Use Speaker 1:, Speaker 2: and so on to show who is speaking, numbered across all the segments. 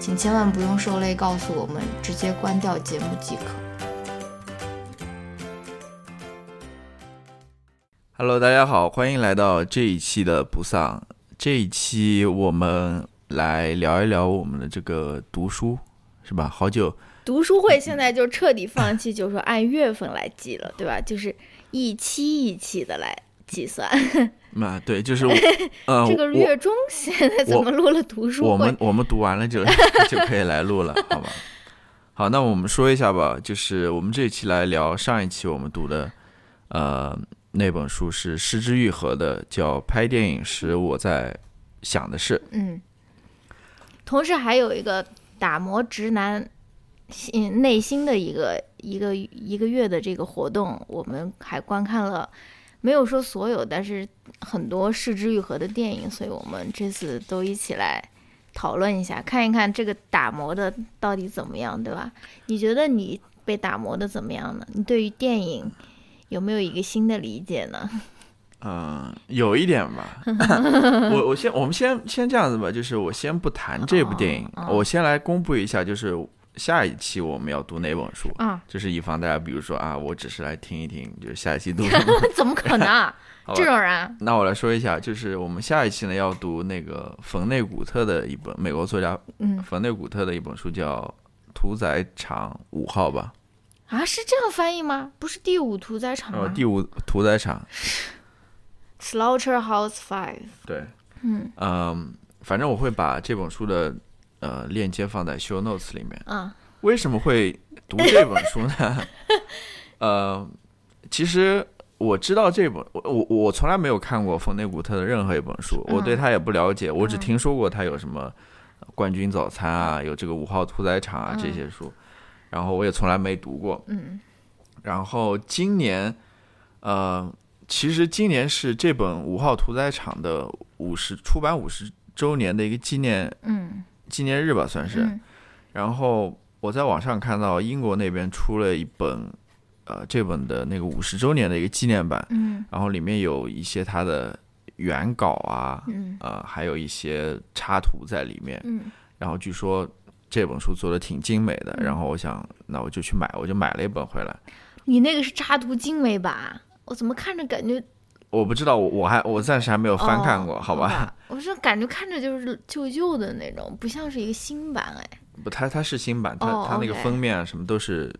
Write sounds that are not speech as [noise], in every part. Speaker 1: 请千万不用受累告诉我们，直接关掉节目即可。
Speaker 2: Hello，大家好，欢迎来到这一期的不丧。这一期我们来聊一聊我们的这个读书，是吧？好久
Speaker 3: 读书会现在就彻底放弃，就是说按月份来记了，对吧？就是一期一期的来计算。
Speaker 2: 嘛， [laughs] 对，就是我，呃，
Speaker 3: [laughs] 这个月中现在怎么录了读
Speaker 2: 我我
Speaker 3: 书
Speaker 2: 们
Speaker 3: 会？
Speaker 2: 我们读完了就 [laughs] 就可以来录
Speaker 3: [laughs]
Speaker 2: 了，好吧？好，那我们说一下吧，就是我们这一期来聊上一期我们读的，呃，那本书是失之愈合的，叫《拍电影时我在想的事》。
Speaker 3: 嗯。同时还有一个打磨直男心内心的一个一个一个月的这个活动，我们还观看了，没有说所有，但是很多视之愈合的电影，所以我们这次都一起来讨论一下，看一看这个打磨的到底怎么样，对吧？你觉得你被打磨的怎么样呢？你对于电影有没有一个新的理解呢？
Speaker 2: 嗯，有一点吧。 [laughs] 我我先我们先先这样子吧，就是我先不谈这部电影，
Speaker 3: 哦哦
Speaker 2: 我先来公布一下，就是下一期我们要读哪本书，
Speaker 3: 啊，
Speaker 2: 就是以防大家，比如说啊，我只是来听一听，就是下一期读什么。
Speaker 3: [laughs] [laughs] 怎么可能啊？
Speaker 2: 好吧
Speaker 3: 这种人啊，
Speaker 2: 那我来说一下，就是我们下一期呢要读那个冯内古特的一本美国作家
Speaker 3: 嗯
Speaker 2: 冯内古特的一本书，叫《屠宰场五号》吧，
Speaker 3: 啊，是这样翻译吗？不是第五屠宰场
Speaker 2: 然后哦
Speaker 3: 吗
Speaker 2: 呃第五屠宰场，
Speaker 3: ？Slaughterhouse Five。
Speaker 2: 对，
Speaker 3: 嗯
Speaker 2: 嗯，反正我会把这本书的呃链接放在 show notes 里面。
Speaker 3: 啊，
Speaker 2: 为什么会读这本书呢？ [laughs] 呃，其实我知道这本，我我我从来没有看过冯内古特的任何一本书，我
Speaker 3: 嗯
Speaker 2: 对他也不了解，我只听说过他有什么呃《冠军早餐》啊，有这个《五号屠宰场啊》这些书，然后我也从来没读过。
Speaker 3: 嗯
Speaker 2: 然后今年，呃，其实今年是这本《五号屠宰场》的五十出版五十周年的一个纪念
Speaker 3: 嗯，
Speaker 2: 纪念日吧，算是。
Speaker 3: 嗯
Speaker 2: 然后我在网上看到英国那边出了一本，呃，这本的那个五十周年的一个纪念版，
Speaker 3: 嗯
Speaker 2: 然后里面有一些它的原稿啊，
Speaker 3: 嗯
Speaker 2: 呃，还有一些插图在里面。
Speaker 3: 嗯
Speaker 2: 然后据说这本书做的挺精美的，然后我想，那我就去买，我就买了一本回来。
Speaker 3: 你那个是插图精美吧？我怎么看着感觉
Speaker 2: 我不知道，我我还我暂时还没有翻看过，
Speaker 3: 哦
Speaker 2: 好
Speaker 3: 好
Speaker 2: 吧？？
Speaker 3: 我是感觉看着就是旧旧的那种，不像是一个新版哎。
Speaker 2: 不，它它是新版，它、
Speaker 3: 哦
Speaker 2: 它那个
Speaker 3: OK
Speaker 2: 封面啊什么都是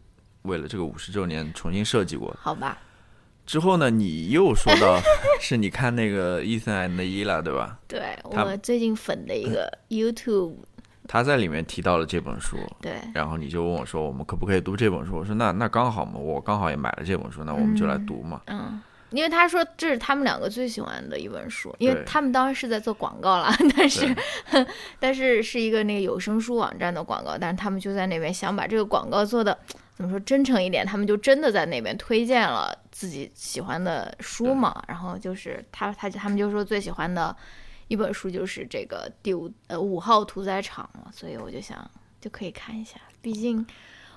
Speaker 2: 为了这个五十周年重新设计过的。
Speaker 3: 好吧，
Speaker 2: 之后呢，你又说
Speaker 3: [laughs]
Speaker 2: 到是你看那个伊森·艾德伊了，对吧？
Speaker 3: 对
Speaker 2: 他
Speaker 3: 我最近粉的一
Speaker 2: [laughs]
Speaker 3: 个 YouTube，
Speaker 2: 他在里面提到了这本书，
Speaker 3: 对，
Speaker 2: 然后你就问我说，我们可不可以读这本书？我说那那刚好嘛，我刚好也买了这本书，那我们就来读嘛。
Speaker 3: 嗯。因为他说这是他们两个最喜欢的一本书，因为
Speaker 2: 对
Speaker 3: 他们当时是在做广告啦， [laughs] 但是
Speaker 2: 对，
Speaker 3: [laughs] 但是是一个那个有声书网站的广告，但是他们就在那边想把这个广告做的怎么说真诚一点，他们就真的在那边推荐了自己喜欢的书嘛。然后就是他他他们就说最喜欢的一本书就是这个第五呃五号屠宰场嘛，所以我就想就可以看一下，毕竟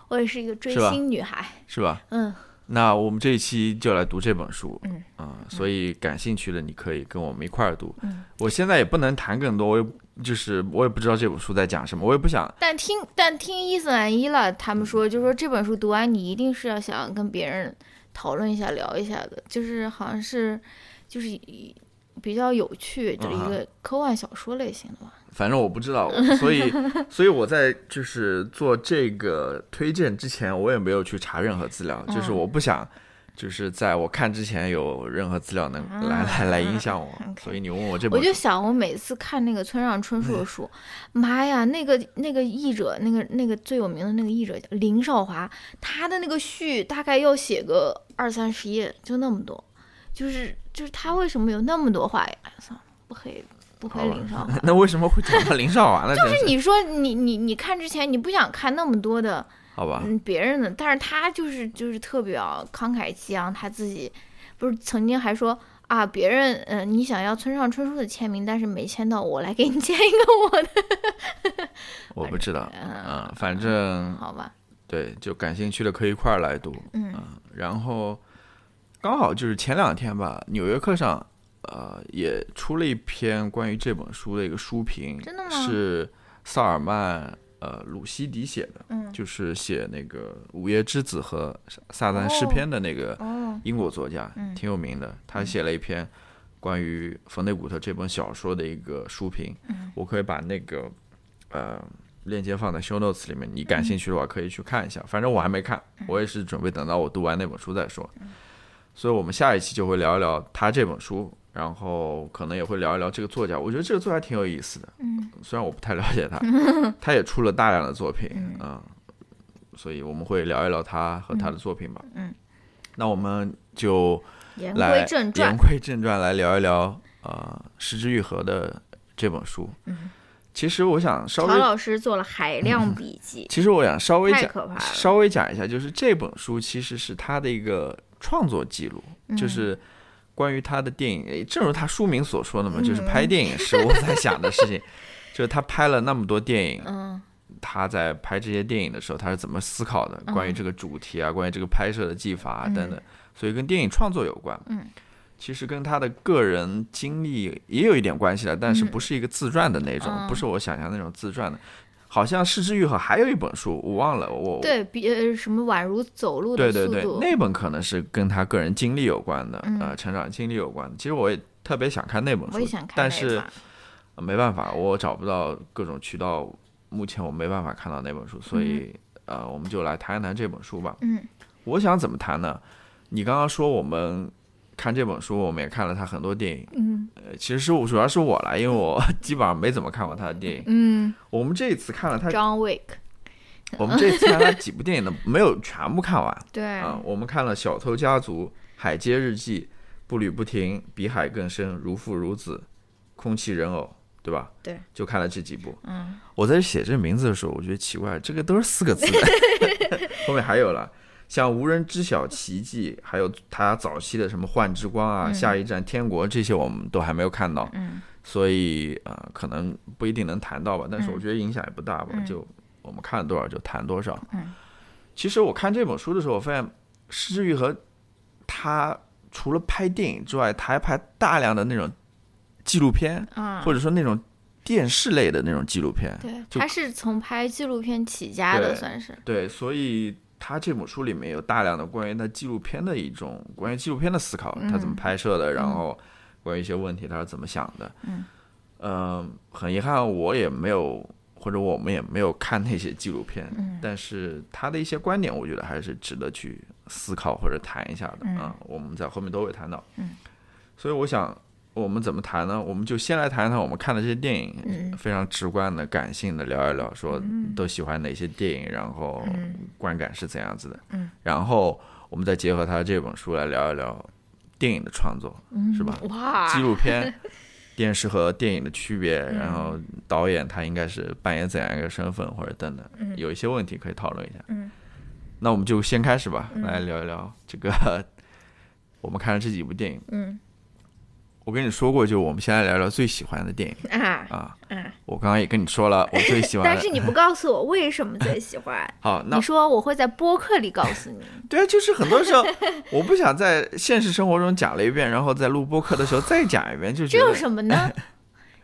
Speaker 3: 我也是一个追
Speaker 2: 是吧
Speaker 3: 星女孩，
Speaker 2: 是吧？
Speaker 3: 嗯，
Speaker 2: 那我们这一期就来读这本书，
Speaker 3: 嗯
Speaker 2: 啊所以感兴趣的你可以跟我们一块儿读。
Speaker 3: 嗯
Speaker 2: 我现在也不能谈更多，我也就是我也不知道这本书在讲什么，我也不想
Speaker 3: 但听但听伊森兰伊了，他们说就说这本书读完，你一定是要想跟别人讨论一下、聊一下的，就是好
Speaker 2: 嗯
Speaker 3: 像是就是以比较有趣的一个科幻小说类型的吧。
Speaker 2: 反正我不知
Speaker 3: [laughs]
Speaker 2: 道，所以所以我在就是做这个推荐之前，我也没有去查任何资料，
Speaker 3: 嗯
Speaker 2: 就是我不想。就是在我看之前有任何资料能来来来影响我，
Speaker 3: 嗯 OK
Speaker 2: 所以你问我这
Speaker 3: 我
Speaker 2: 本嗯
Speaker 3: 就想，我每次看那个村上春树的书，妈呀，那个那个译者，那个那个最有名的那个译者林少华，他的那个序大概要写个二三十页，就那么多，就是就是他为什么有那么多话呀？算了，不黑不黑
Speaker 2: 好吧
Speaker 3: 林少华。
Speaker 2: [laughs] 那为什么会讲到林少华呢？真
Speaker 3: 就是
Speaker 2: 是
Speaker 3: 你说你你你看之前你不想看那么多的，
Speaker 2: 好吧，
Speaker 3: 嗯，别人的，但是他就是就是特别啊慷慨激昂，他自己不是曾经还说啊，别人嗯、呃你想要村上春树的签名，但是没签到，我来给你签一个我的，
Speaker 2: 我不知道，
Speaker 3: 嗯，
Speaker 2: 嗯，反正
Speaker 3: 好吧，
Speaker 2: 对，就感兴趣的可以一块儿来读，
Speaker 3: 嗯
Speaker 2: 然后刚好就是前两天吧，《纽约客》上呃也出了一篇关于这本书的一个书评，
Speaker 3: 真的吗
Speaker 2: 是萨尔曼呃鲁西迪写的，
Speaker 3: 嗯，
Speaker 2: 就是写那个《午夜之子》和《撒旦诗篇》的那个
Speaker 3: 哦，
Speaker 2: 英国作家，
Speaker 3: 嗯
Speaker 2: 挺有名的。他写了一篇关于冯内古特这本小说的一个书评，
Speaker 3: 嗯
Speaker 2: 我可以把那个呃链接放在 show notes 里面，你
Speaker 3: 嗯
Speaker 2: 感兴趣的话可以去看一下。反正我还没看，我也是准备等到我读完那本书再说。所以我们下一期就会聊一聊他这本书，然后可能也会聊一聊这个作家。我觉得这个作家挺有意思的，
Speaker 3: 嗯
Speaker 2: [laughs] 虽然我不太了解他，他也出了大量的作品，嗯、所以我们会聊一聊他和他的作品吧。
Speaker 3: 嗯嗯
Speaker 2: 那我们就
Speaker 3: 言
Speaker 2: 来
Speaker 3: 归正
Speaker 2: 言
Speaker 3: 传，
Speaker 2: 归正传，来聊一聊呃石之愈合的这本书。
Speaker 3: 嗯
Speaker 2: 其实我想稍
Speaker 3: 曹
Speaker 2: 微，
Speaker 3: 老师做了海量笔记，
Speaker 2: 其实我想稍微
Speaker 3: 太
Speaker 2: 讲，
Speaker 3: 可怕了，
Speaker 2: 稍微讲一下，就是这本书其实是他的一个创作记录，
Speaker 3: 嗯
Speaker 2: 就是关于他的电影，诶正如他书名所说的嘛，
Speaker 3: 嗯
Speaker 2: 就是拍电影是我在想的事情， [laughs] 就是他拍了那么多电影，
Speaker 3: 嗯
Speaker 2: 他在拍这些电影的时候，他是怎么思考的？关于
Speaker 3: 嗯
Speaker 2: 这个主题啊，关于这个拍摄的技法啊等等，所以跟电影创作有关。
Speaker 3: 嗯，
Speaker 2: 其实跟他的个人经历也有一点关系的，但是
Speaker 3: 嗯
Speaker 2: 不是一个自传的那种，
Speaker 3: 嗯
Speaker 2: 不是我想象那种自传的。好像《失之愈合》还有一本书，我忘了，我
Speaker 3: 对比呃什么宛如走路的
Speaker 2: 对
Speaker 3: 速
Speaker 2: 对
Speaker 3: 度，
Speaker 2: 对，那本可能是跟他个人经历有关的，
Speaker 3: 嗯
Speaker 2: 呃，成长经历有关的。其实我也特别想看那本书，
Speaker 3: 我也想看那
Speaker 2: 但
Speaker 3: 一
Speaker 2: 是
Speaker 3: 版
Speaker 2: 呃没办法，我找不到各种渠道，目前我没办法看到那本书，所以、呃，我们就来谈一谈这本书吧。
Speaker 3: 嗯
Speaker 2: 我想怎么谈呢？你刚刚说我们看这本书，我们也看了他很多电影，
Speaker 3: 嗯
Speaker 2: 呃，其实是我主要是我来，因为我 [laughs] 基本上没怎么看过他的电影。
Speaker 3: 嗯
Speaker 2: 我们这一次看了他，
Speaker 3: ，John Wick，
Speaker 2: 我们这次看了他几部电影的，没有全部看完。
Speaker 3: 对，
Speaker 2: 啊，我们看了《小偷家族》《海街日记》《步履不停》《比海更深》《如父如子》《空气人偶》，对吧？
Speaker 3: 对，
Speaker 2: 就看了这几部。
Speaker 3: 嗯，
Speaker 2: 我在写这名字的时候，我觉得奇怪，这个都是四个
Speaker 3: [laughs]
Speaker 2: 字的，后面还有了。像无人知晓奇迹，还有他早期的什么幻之光啊、下一站天国这些，我们都还没有看到，
Speaker 3: 嗯
Speaker 2: 所以呃，可能不一定能谈到吧。但是我觉得影响也不大吧，
Speaker 3: 嗯
Speaker 2: 就我们看了多少就谈多少。
Speaker 3: 嗯
Speaker 2: 其实我看这本书的时候，我发现施之愈和他除了拍电影之外，他还拍大量的那种纪录片，
Speaker 3: 啊，
Speaker 2: 或者说那种电视类的那种纪录片。
Speaker 3: 对，
Speaker 2: 就
Speaker 3: 他是从拍纪录片起家的，
Speaker 2: 对
Speaker 3: 算是。
Speaker 2: 对，所以他这本书里面有大量的关于他纪录片的一种关于纪录片的思考，他怎么拍摄的，然后关于一些问题他是怎么想的。嗯，很遗憾我也没有，或者我们也没有看那些纪录片，但是他的一些观点，我觉得还是值得去思考或者谈一下的、啊。我们在后面都会谈到。嗯，所以我想。我们怎么谈呢？我们就先来谈谈我们看的这些电影，非常直观的、感性的聊一聊，说都喜欢哪些电影，然后观感是怎样子的。
Speaker 3: 嗯
Speaker 2: 然后我们再结合他这本书来聊一聊电影的创作，是吧？
Speaker 3: 嗯
Speaker 2: [laughs]
Speaker 3: 哇，
Speaker 2: 纪录
Speaker 3: [laughs]
Speaker 2: 片、电视和电影的区别，
Speaker 3: 嗯
Speaker 2: 然后导演他应该是扮演怎样一个身份，或者等等，有一些问题可以讨论一下。
Speaker 3: 嗯
Speaker 2: 那我们就先开始吧，来聊一聊这个 [laughs] 我们看了这几部电影。
Speaker 3: 嗯
Speaker 2: 我跟你说过，就我们先来聊聊最喜欢的电影
Speaker 3: 啊，
Speaker 2: 啊。
Speaker 3: 嗯
Speaker 2: 我刚刚也跟你说
Speaker 3: [laughs]
Speaker 2: 了，我最喜欢
Speaker 3: 但
Speaker 2: 的，
Speaker 3: 是。你不告诉我为什么最喜欢
Speaker 2: 好， [laughs] 那
Speaker 3: 你说我会在播客里告诉你。
Speaker 2: [laughs] 对啊，就是很多时候，我不想在现实生活中讲了一遍，然后在录播客的时候再讲一遍，就觉
Speaker 3: 这有
Speaker 2: 得
Speaker 3: 什么呢？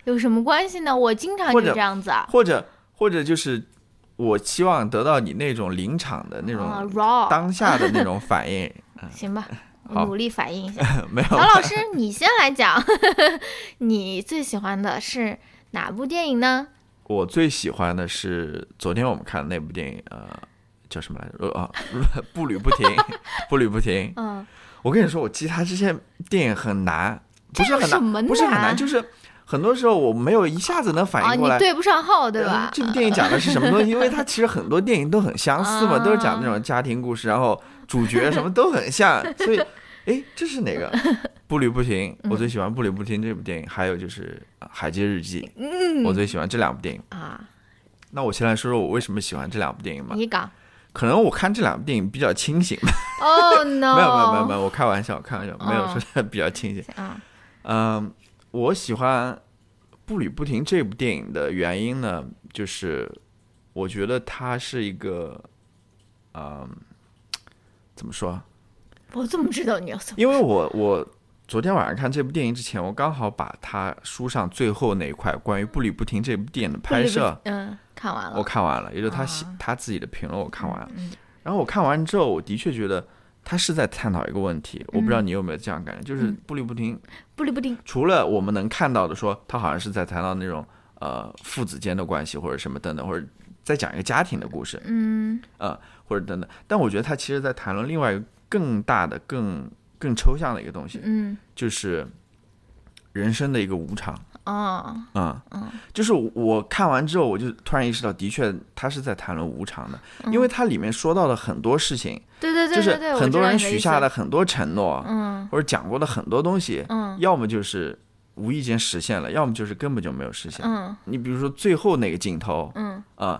Speaker 3: 有什么关系呢？我经常
Speaker 2: 或
Speaker 3: 就
Speaker 2: 者
Speaker 3: 这样子啊，
Speaker 2: 或者或者就是我希望得到你那种临场的那
Speaker 3: 啊
Speaker 2: 种
Speaker 3: ，raw，
Speaker 2: 当下的那种反应， [laughs]
Speaker 3: 行吧，
Speaker 2: 好
Speaker 3: 我努力反
Speaker 2: [laughs]
Speaker 3: 应一下。
Speaker 2: 没
Speaker 3: 曹
Speaker 2: 有
Speaker 3: [laughs] 老师，你先来讲，你最喜欢的是哪部电影呢？
Speaker 2: 我最喜欢的是昨天我们看的那部电影，呃，叫什么来着？呃啊， [laughs] 步履不停， [laughs] 步履不停。
Speaker 3: 嗯，
Speaker 2: 我跟你说，我记他这些电影很难，不是
Speaker 3: 有
Speaker 2: 很
Speaker 3: 什么
Speaker 2: 难，不是很
Speaker 3: 难
Speaker 2: 难，就是很多时候我没有一下子能
Speaker 3: 啊，
Speaker 2: 反应
Speaker 3: 你
Speaker 2: 过来。
Speaker 3: 对不上号对
Speaker 2: 呃
Speaker 3: 吧？
Speaker 2: 这部电影讲的是什么东西？因为它其实很多电影都很相似嘛，
Speaker 3: 啊
Speaker 2: 都是讲那种家庭故事，然后主角什么都很
Speaker 3: [laughs]
Speaker 2: 像，所以，哎，这是哪个？步履不停，
Speaker 3: 嗯
Speaker 2: 我最喜欢《步履不停》这部电影，还有就是《海街日记》，
Speaker 3: 嗯
Speaker 2: 我最喜欢这两部电影。
Speaker 3: 啊，
Speaker 2: 那我先来说说我为什么喜欢这两部电影吧。
Speaker 3: 你讲。
Speaker 2: 可能我看这两部电影比较清醒，
Speaker 3: Oh
Speaker 2: [laughs]
Speaker 3: no！
Speaker 2: 没有没有没有没有，我开玩笑，我开玩笑，没有
Speaker 3: 哦
Speaker 2: 说比较清醒。
Speaker 3: 啊，
Speaker 2: 嗯，我喜欢《步履不停》这部电影的原因呢，就是我觉得它是一个，嗯，怎么说啊？
Speaker 3: 我怎么知道你要怎么？
Speaker 2: 因为我我昨天晚上看这部电影之前，我刚好把它书上最后那一块关于《步履不停》这部电影的拍摄，
Speaker 3: 嗯，看完了。
Speaker 2: 我看完了，也就是他写、他自己的评论，我看完了。然后我看完之后，我的确觉得他是在探讨一个问题，我不知道你有没有这样感觉，就是布里布廷，
Speaker 3: 不离不停。
Speaker 2: 除了我们能看到的说，他好像是在谈到那种呃父子间的关系或者什么等等，或者在讲一个家庭的故事，
Speaker 3: 嗯
Speaker 2: 呃或者等等。但我觉得他其实在谈论另外一个更大的、更更抽象的一个东西，
Speaker 3: 嗯
Speaker 2: 就是人生的一个无常。
Speaker 3: 哦，
Speaker 2: 啊，就是我我看完之后，我就突然意识到，的确他是在谈论无常的，因为它里面说到了很多事情，
Speaker 3: 对对
Speaker 2: 就
Speaker 3: 对对对，
Speaker 2: 是
Speaker 3: 我
Speaker 2: 很
Speaker 3: 知
Speaker 2: 多
Speaker 3: 道
Speaker 2: 人
Speaker 3: 你的
Speaker 2: 许
Speaker 3: 意
Speaker 2: 下
Speaker 3: 思
Speaker 2: 的很多承诺，
Speaker 3: 嗯
Speaker 2: 或者讲过的很多东西，
Speaker 3: 嗯
Speaker 2: 要么就是无意间实现了，要么就是根本就没有实现。
Speaker 3: 嗯
Speaker 2: 你比如说最后那个镜头
Speaker 3: 嗯
Speaker 2: 啊，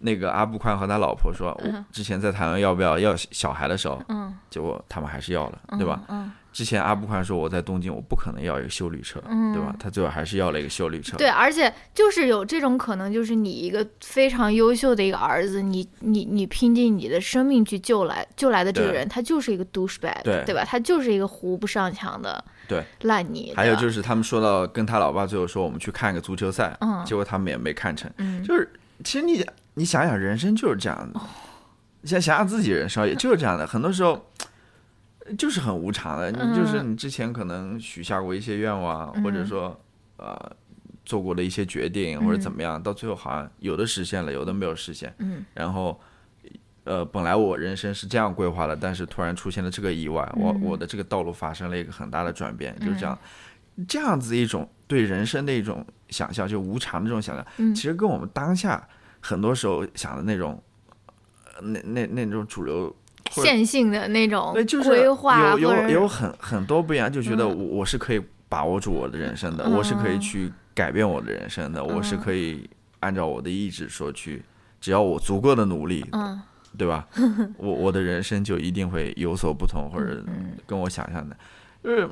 Speaker 2: 那个阿布宽和他老婆说，我之前在谈论要不要要小孩的时候，
Speaker 3: 嗯，
Speaker 2: 结果他们还是要了，对吧？
Speaker 3: 嗯，
Speaker 2: 之前阿布宽说我在东京我不可能要一个修旅车，
Speaker 3: 嗯
Speaker 2: 对吧？他最后还是要了一个修旅车。
Speaker 3: 对，而且就是有这种可能，就是你一个非常优秀的一个儿子，你你你拼尽你的生命去救来救来的这个
Speaker 2: 对
Speaker 3: 人，他就是一个 douchebag，
Speaker 2: 对
Speaker 3: 吧？他就是一个胡不上墙的
Speaker 2: 对
Speaker 3: 烂泥。，
Speaker 2: 还有就是是他们说到跟他老爸最后说我们去看个足球赛，
Speaker 3: 嗯
Speaker 2: 结果他们也没看成。
Speaker 3: 嗯哦
Speaker 2: 就是其实你你想想，人生就是这样的，你想想想自己人生也就是这样的，很多时候。就是很无常的，你就是
Speaker 3: 嗯
Speaker 2: 你之前可能许下过一些愿望，或者说，呃，做过的一些决定、或者怎么样，到最后好像有的实现了，有的没有实现。
Speaker 3: 嗯，
Speaker 2: 然后，呃，本来我人生是这样规划的，但是突然出现了这个意外，
Speaker 3: 嗯
Speaker 2: 我我的这个道路发生了一个很大的转变，就是这样，这样子一种对人生的一种想象，就无常的这种想象，
Speaker 3: 嗯
Speaker 2: 其实跟我们当下很多时候想的那种，呃那那那种主流。或者
Speaker 3: 线性的那种
Speaker 2: 对，就是
Speaker 3: 哦规划
Speaker 2: 有
Speaker 3: 或者嗯
Speaker 2: 有有很很多不一样，就觉得我我是可以把握住我的人生的，我是可以去改变我的人生
Speaker 3: 嗯
Speaker 2: 的，我是可以按照我的意志说去，只要我足够的努力，
Speaker 3: 嗯
Speaker 2: 对
Speaker 3: [laughs]
Speaker 2: 吧？我我的人生就一定会有所不同，或者
Speaker 3: 嗯
Speaker 2: 跟我想象的，就是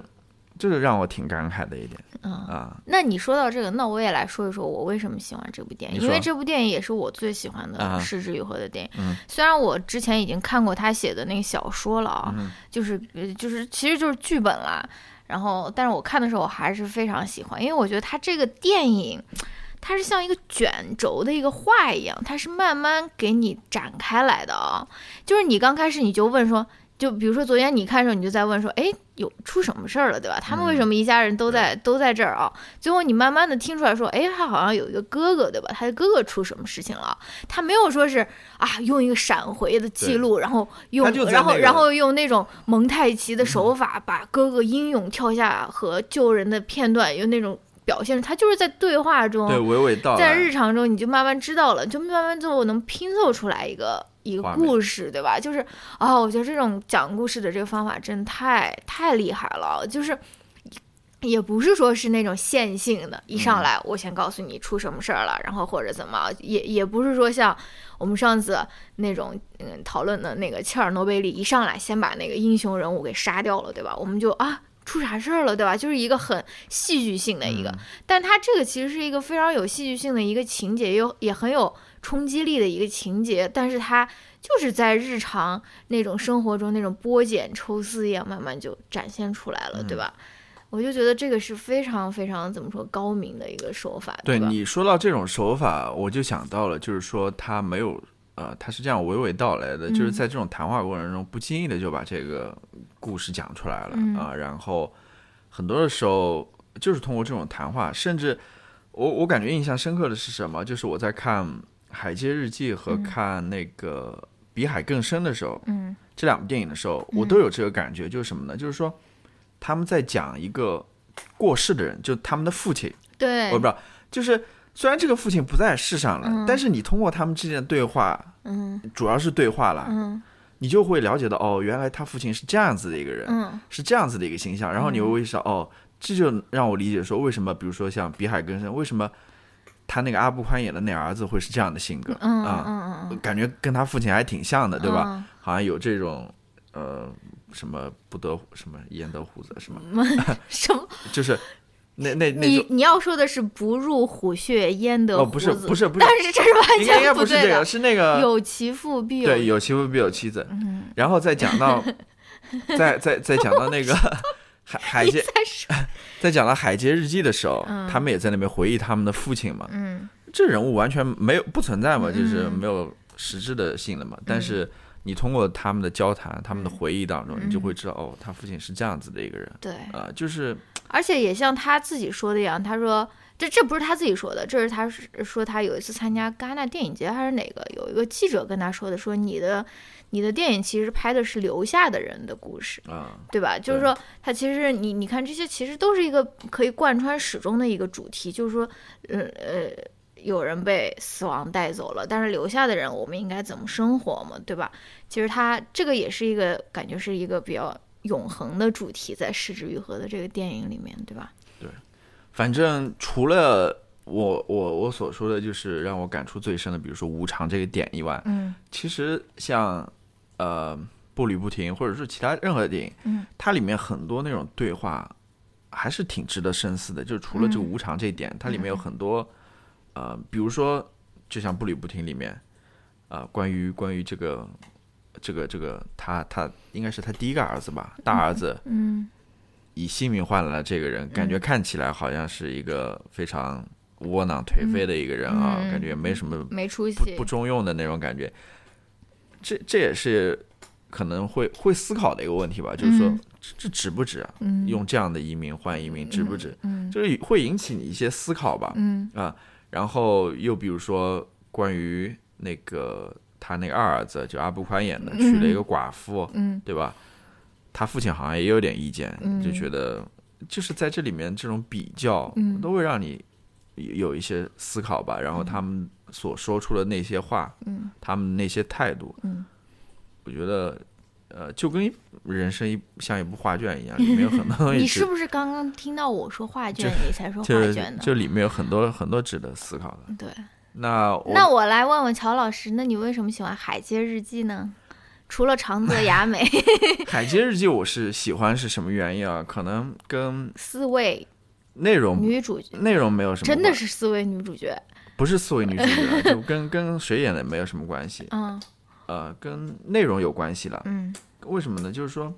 Speaker 2: 就是让我挺感慨的一点
Speaker 3: 嗯
Speaker 2: 啊
Speaker 3: 那你说到这个，那我也来说一说我为什么喜欢这部电影，
Speaker 2: 你
Speaker 3: 因
Speaker 2: 说
Speaker 3: 为这部电影也是我最喜欢
Speaker 2: 啊
Speaker 3: 的
Speaker 2: 哈
Speaker 3: 失之愈合的电影。
Speaker 2: 嗯
Speaker 3: 虽然我之前已经看过他写的那个小说了啊，
Speaker 2: 嗯
Speaker 3: 就是呃就是其实就是剧本啦。然后，但是我看的时候我还是非常喜欢，因为我觉得他这个电影，它是像一个卷轴的一个画一样，它是慢慢给你展开来的啊、就是你刚开始你就问说，就比如说昨天你看的时候，你就在问说，哎，有出什么事儿了，
Speaker 2: 嗯
Speaker 3: 对吧？他们为什么一家人都在、都在这儿啊？最后你慢慢的听出来说，哎，他好像有一个哥哥，对吧？他的哥哥出什么事情了？他没有说是啊，用一个闪回的记录，然后用、
Speaker 2: 他就在
Speaker 3: 然后
Speaker 2: 那个
Speaker 3: 然后用那种蒙太奇的手法，把哥哥英勇跳下河救人的片段，用那种表现，他就是在对话中，
Speaker 2: 对，娓娓道
Speaker 3: 在
Speaker 2: 来，
Speaker 3: 日常中你就慢慢知道了，就慢慢最后能拼凑出来一个一个
Speaker 2: 画面
Speaker 3: 故事，对吧？就是啊、我觉得这种讲故事的这个方法真的太太厉害了，就是。也不是说是那种线性的，一
Speaker 2: 嗯
Speaker 3: 上来我先告诉你出什么事儿了，然后或者怎么，也也不是说像我们上次那种嗯讨论的那个切尔诺贝利，一上来先把那个英雄人物给杀掉了，对吧？我们就啊出啥事儿了，对吧？就是一个很戏剧性的一
Speaker 2: 嗯
Speaker 3: 个，但它这个其实是一个非常有戏剧性的一个情节，又也很有冲击力的一个情节，但是它就是在日常那种生活中那种剥茧抽丝一样，慢慢就展现出来
Speaker 2: 嗯
Speaker 3: 了，对吧？我就觉得这个是非常非常怎么说高明的一个手法，
Speaker 2: 对
Speaker 3: 吧？
Speaker 2: 你说到这种手法，我就想到了，就是说他没有，呃，他是这样娓娓道来的，
Speaker 3: 嗯
Speaker 2: 就是在这种谈话过程中，不经意的就把这个故事讲出
Speaker 3: 嗯
Speaker 2: 来了啊、然后很多的时候就是通过这种谈话，甚至我我感觉印象深刻的是什么？就是我在看《海街日记》和看那个《比海更深》的时候，
Speaker 3: 嗯
Speaker 2: 这两部电影的时候，我都有这个感觉，就是什么呢？就是说他们在讲一个过世的人，就他们的父亲，
Speaker 3: 对
Speaker 2: 我不知道，就是虽然这个父亲不在世上了，但是你通过他们之间的对话，
Speaker 3: 嗯
Speaker 2: 主要是对话啦，
Speaker 3: 嗯
Speaker 2: 你就会了解到哦，原来他父亲是这样子的一个人，
Speaker 3: 嗯
Speaker 2: 是这样子的一个形象，然后你会意识到、哦，这就让我理解说为什么，比如说像《比海更深》，为什么他那个阿布宽演的那儿子会是这样的性格
Speaker 3: 嗯嗯
Speaker 2: 啊、
Speaker 3: 嗯嗯，
Speaker 2: 感觉跟他父亲还挺像的，对吧？
Speaker 3: 嗯？
Speaker 2: 好像有这种呃什么不得什么焉得虎子什么，
Speaker 3: 嗯什么？
Speaker 2: 就是那那那
Speaker 3: 你
Speaker 2: 种
Speaker 3: 你要说的是不入虎穴焉得
Speaker 2: 哦，
Speaker 3: 虎
Speaker 2: 不是
Speaker 3: 子
Speaker 2: 不是不是
Speaker 3: 但，是这是完
Speaker 2: 应该应该
Speaker 3: 全
Speaker 2: 不是
Speaker 3: 对
Speaker 2: 这个，
Speaker 3: 的。
Speaker 2: 是那个
Speaker 3: 有其父必
Speaker 2: 对
Speaker 3: 有嗯
Speaker 2: 有妻夫必有妻子， [laughs] 然后再讲
Speaker 3: [laughs]
Speaker 2: 到再再再讲到那个 [laughs] 海海
Speaker 3: 你
Speaker 2: 街
Speaker 3: 在
Speaker 2: [laughs]
Speaker 3: 说，
Speaker 2: 在讲到《海街日记》的时候，
Speaker 3: 嗯
Speaker 2: 他们也在那边回忆他们的父亲嘛。
Speaker 3: 嗯
Speaker 2: 这人物完全没有不存在嘛，
Speaker 3: 嗯
Speaker 2: 就是没有实质的性了嘛。但是你通过他们的交谈、他们的回忆当中，
Speaker 3: 嗯
Speaker 2: 你就会知道，哦，他父亲是这样子的一个人。
Speaker 3: 对，
Speaker 2: 啊，就是
Speaker 3: 而且也像他自己说的一样，他说这这不是他自己说的，这是他是说他有一次参加戛纳电影节还是哪个，有一个记者跟他说的，说你的你的电影其实拍的是留下的人的故事，
Speaker 2: 啊，
Speaker 3: 对吧？就是说他其实你你看这些其实都是一个可以贯穿始终的一个主题，就是说，呃呃。有人被死亡带走了，但是留下的人，我们应该怎么生活嘛，对吧？其实他这个也是一个感觉是一个比较永恒的主题，在《失之愈合》的这个电影里面，对吧？
Speaker 2: 反正除了我我我所说的就是让我感触最深的，比如说无常这个点以外，
Speaker 3: 嗯
Speaker 2: 其实像呃步履不停，或者是其他任何电影，
Speaker 3: 嗯
Speaker 2: 它里面很多那种对话还是挺值得深思的。就是除了这个
Speaker 3: 嗯
Speaker 2: 无常这一点，它里面有很多呃，比如说就像步履不停里面，呃，关于关于这个这个这个他他应该是他第一个儿子吧，大儿子
Speaker 3: 嗯
Speaker 2: 以性命换来了这个人，感觉看起来好像是一个非常窝囊颓废的一个人啊，
Speaker 3: 嗯
Speaker 2: 感觉没什么
Speaker 3: 没出息
Speaker 2: 不不中用的那种感觉。这这也是可能会会思考的一个问题吧，就是说、
Speaker 3: 嗯
Speaker 2: 这这值不值啊？
Speaker 3: 嗯
Speaker 2: 用这样的移民换移民值不值？
Speaker 3: 嗯
Speaker 2: 就是会引起你一些思考吧。
Speaker 3: 嗯
Speaker 2: 啊，然后又比如说关于那个他那个二儿子，就阿布宽演的，娶了一个寡妇，
Speaker 3: 嗯
Speaker 2: 对吧？他父亲好像也有点意见，
Speaker 3: 嗯
Speaker 2: 就觉得就是在这里面这种比较，
Speaker 3: 嗯
Speaker 2: 都会让你有一些思考吧。然后他们所说出的那些话，
Speaker 3: 嗯
Speaker 2: 他们那些态度，
Speaker 3: 嗯
Speaker 2: 我觉得。呃，就跟人生一像一部画卷一
Speaker 3: [laughs]
Speaker 2: 样，里面有很多东
Speaker 3: 你
Speaker 2: 西
Speaker 3: 是
Speaker 2: 值，
Speaker 3: 不是刚刚听到我说画卷，你才说
Speaker 2: 就
Speaker 3: 画卷
Speaker 2: 是
Speaker 3: 呢？
Speaker 2: 就里面有很多很多值得思考的。
Speaker 3: 对，
Speaker 2: 那我
Speaker 3: 那我来问问乔老师，那你为什么喜欢《海街日记》呢？除了长泽雅美、 [laughs]
Speaker 2: 海街日记我是喜欢是什么原因啊？可能跟
Speaker 3: 四位
Speaker 2: 内容
Speaker 3: 女主角，
Speaker 2: 内容没有嗯什么关，
Speaker 3: 真的是四位女主角，
Speaker 2: 不是四位女主角啊，就跟跟谁演的没有什么关系，
Speaker 3: 嗯
Speaker 2: 呃，跟内容有关系了。
Speaker 3: 嗯，
Speaker 2: 为什么呢？就是说，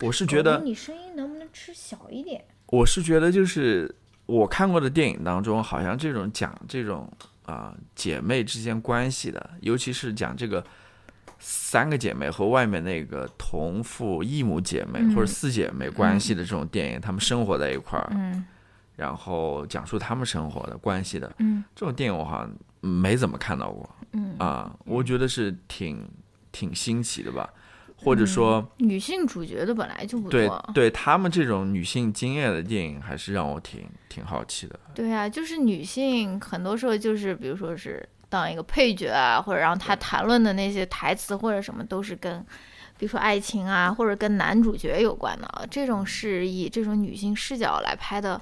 Speaker 2: 我是觉得，
Speaker 3: 你声音能不能吃小一点？
Speaker 2: 我是觉得，就是我看过的电影当中，好像这种讲这种啊、姐妹之间关系的，尤其是讲这个。三个姐妹和外面那个同父异母姐妹或者
Speaker 3: 嗯
Speaker 2: 四姐妹关系的这种电影，她们生活在一块儿，
Speaker 3: 嗯
Speaker 2: 然后讲述他们生活的关系的
Speaker 3: 嗯
Speaker 2: 这种电影，我好像没怎么看到过
Speaker 3: 嗯，
Speaker 2: 啊。我觉得是挺挺新奇的吧，或者说
Speaker 3: 女性主角的本来嗯就不
Speaker 2: 对
Speaker 3: 多，
Speaker 2: 对他们这种女性经验的电影，还是让我挺挺好奇的。
Speaker 3: 对啊，就是女性很多时候就是，比如说是当一个配角啊，或者让她谈论的那些台词或者什么，都是跟，比如说爱情啊，或者跟男主角有关的啊。这种是以这种女性视角来拍的，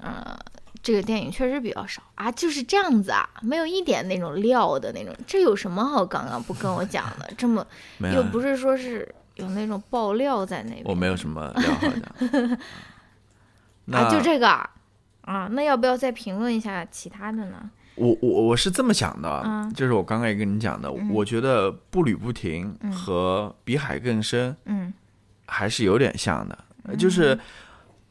Speaker 3: 呃，这个电影确实比较少啊，就是这样子啊，没有一点那种料的那种。这有什么好刚刚不跟我讲的？这么
Speaker 2: [laughs] 没有，
Speaker 3: 又不是说是有那种爆料在那边，
Speaker 2: 我没有什么
Speaker 3: [laughs]
Speaker 2: 聊好的。那、
Speaker 3: 啊，就这个啊啊，那要不要再评论一下其他的呢？
Speaker 2: 我我我是这么想的，啊
Speaker 3: 嗯
Speaker 2: 就是我刚刚也跟你讲的，我觉得步履不停
Speaker 3: 嗯
Speaker 2: 和比海更深，
Speaker 3: 嗯
Speaker 2: 还是有点像的。呃就是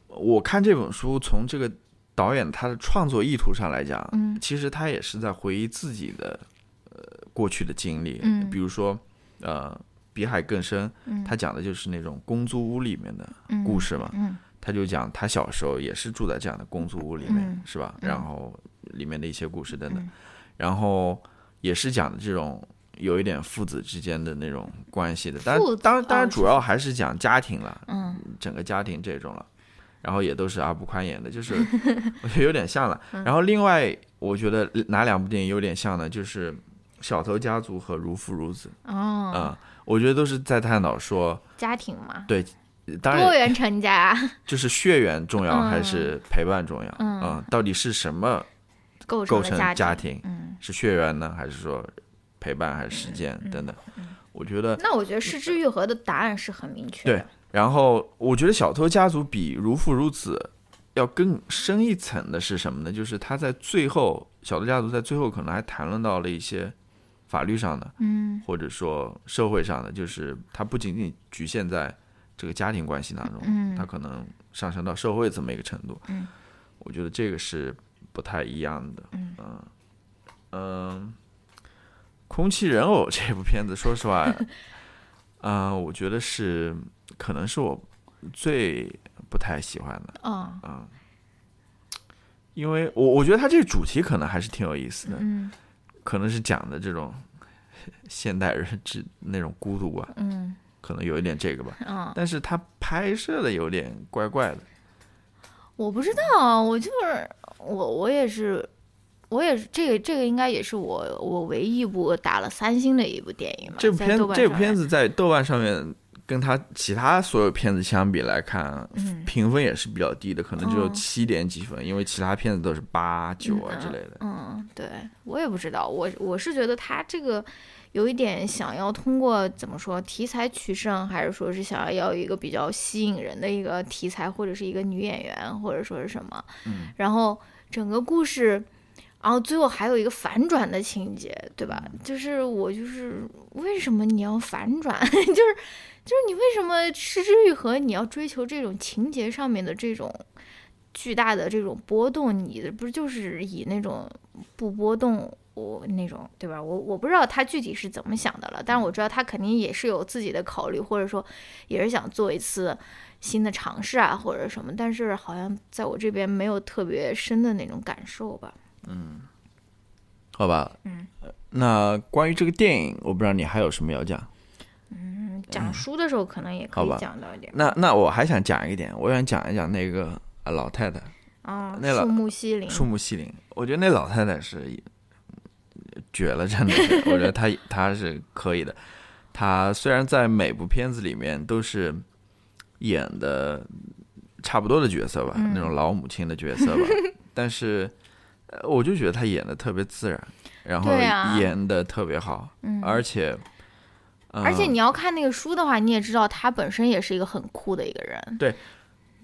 Speaker 2: 我看这本书，从这个导演他的创作意图上来讲，
Speaker 3: 嗯
Speaker 2: 其实他也是在回忆自己的呃过去的经历，
Speaker 3: 嗯
Speaker 2: 比如说呃《比海更深》，
Speaker 3: 嗯
Speaker 2: 他讲的就是那种公租屋里面的故事嘛，
Speaker 3: 嗯
Speaker 2: 他他就讲他小时候也是住在这样的公租屋里面，
Speaker 3: 嗯
Speaker 2: 是吧？
Speaker 3: 嗯
Speaker 2: 然后里面的一些故事等等，
Speaker 3: 嗯
Speaker 2: 然后也是讲的这种有一点父子之间的那种关系的，但
Speaker 3: 父子
Speaker 2: 当然当
Speaker 3: 哦
Speaker 2: 然主要还是讲家庭了，
Speaker 3: 嗯，
Speaker 2: 整个家庭这种了，然后也都是阿布宽演的，
Speaker 3: [laughs]
Speaker 2: 就是我觉得有点像了。
Speaker 3: 嗯
Speaker 2: 然后另外我觉得哪两部电影有点像呢？就是《小偷家族》和《如父如子》
Speaker 3: 哦，
Speaker 2: 啊、我觉得都是在探讨说，
Speaker 3: 家庭嘛，
Speaker 2: 对，当然
Speaker 3: 多元成家， [laughs]
Speaker 2: 就是血缘重要
Speaker 3: 嗯
Speaker 2: 还是陪伴重要？啊
Speaker 3: 嗯
Speaker 2: 到底是什么
Speaker 3: 构成
Speaker 2: 构
Speaker 3: 了
Speaker 2: 成
Speaker 3: 家
Speaker 2: 家庭？
Speaker 3: 嗯，
Speaker 2: 是血缘呢，还是说陪伴，还是时间等等？我觉得，
Speaker 3: 那我觉得失之愈合的答案是很明确
Speaker 2: 对
Speaker 3: 的。
Speaker 2: 然后我觉得《小偷家族》比《如父如子》要更深一层的是什么呢？就是他在最后，《小偷家族》在最后可能还谈论到了一些法律上的，
Speaker 3: 嗯
Speaker 2: 或者说社会上的，就是它不仅仅局限在这个家庭关系当中，
Speaker 3: 嗯
Speaker 2: 它可能上升到社会这么一个程度。
Speaker 3: 嗯
Speaker 2: 我觉得这个是不太一样的。
Speaker 3: 嗯
Speaker 2: 嗯嗯空气人偶这部片子，说实
Speaker 3: [laughs]
Speaker 2: 话，嗯、我觉得是可能是我最不太喜欢的，嗯
Speaker 3: 哦，
Speaker 2: 因为我我觉得它这个主题可能还是挺有意思的，
Speaker 3: 嗯
Speaker 2: 可能是讲的这种现代人之那种孤独啊，
Speaker 3: 嗯
Speaker 2: 可能有一点这个吧。
Speaker 3: 嗯，哦
Speaker 2: 但是它拍摄的有点怪怪的，
Speaker 3: 我不知道，我就是我，我也是，我也是，这个这个应该也是我我唯一一部打了三星的一部电影吧。
Speaker 2: 这部
Speaker 3: 在
Speaker 2: 片
Speaker 3: 豆瓣
Speaker 2: 这
Speaker 3: 上
Speaker 2: 部片
Speaker 3: 面，
Speaker 2: 子在豆瓣上面跟它其他所有片子相比来看，
Speaker 3: 嗯
Speaker 2: 评分也是比较低的，可能只有
Speaker 3: 哦
Speaker 2: 七点几分，因为其他片子都是八九啊之类的。
Speaker 3: 嗯，对我也不知道，我我是觉得他这个有一点想要通过怎么说题材取胜，还是说是想要一个比较吸引人的一个题材，或者是一个女演员，或者说是什么，
Speaker 2: 嗯
Speaker 3: 然后整个故事。然后最后还有一个反转的情节，对吧？
Speaker 2: 嗯
Speaker 3: 就是我就是为什么你要反转？ [laughs] 就是就是你为什么失之愈合？你要追求这种情节上面的这种巨大的这种波动，你的不是就是以那种不波动我那种对吧？我我不知道他具体是怎么想的了，但是我知道他肯定也是有自己的考虑，或者说也是想做一次新的尝试啊，或者什么。但是好像在我这边没有特别深的那种感受吧。
Speaker 2: 好吧，
Speaker 3: 嗯
Speaker 2: 呃，那关于这个电影，我不知道你还有什么要讲。
Speaker 3: 嗯，讲书的时候可能也可
Speaker 2: 好
Speaker 3: 以
Speaker 2: 吧
Speaker 3: 讲到一点。
Speaker 2: 那那我还想讲一点，我想讲一讲那个呃老太太
Speaker 3: 哦，
Speaker 2: 那老
Speaker 3: 树木希林，
Speaker 2: 树木希林，我觉得那老太太是呃绝了，真的是，我觉得她她是可以的。她虽然在每部片子里面都是演的差不多的角色吧，
Speaker 3: 嗯
Speaker 2: 那种老母亲的角色
Speaker 3: [laughs]
Speaker 2: 吧，但是呃我就觉得她演的特别自然，然后
Speaker 3: 对啊
Speaker 2: 演的特别好，
Speaker 3: 嗯
Speaker 2: 而且、呃
Speaker 3: 而且你要看那个书的话，你也知道他本身也是一个很酷的一个人。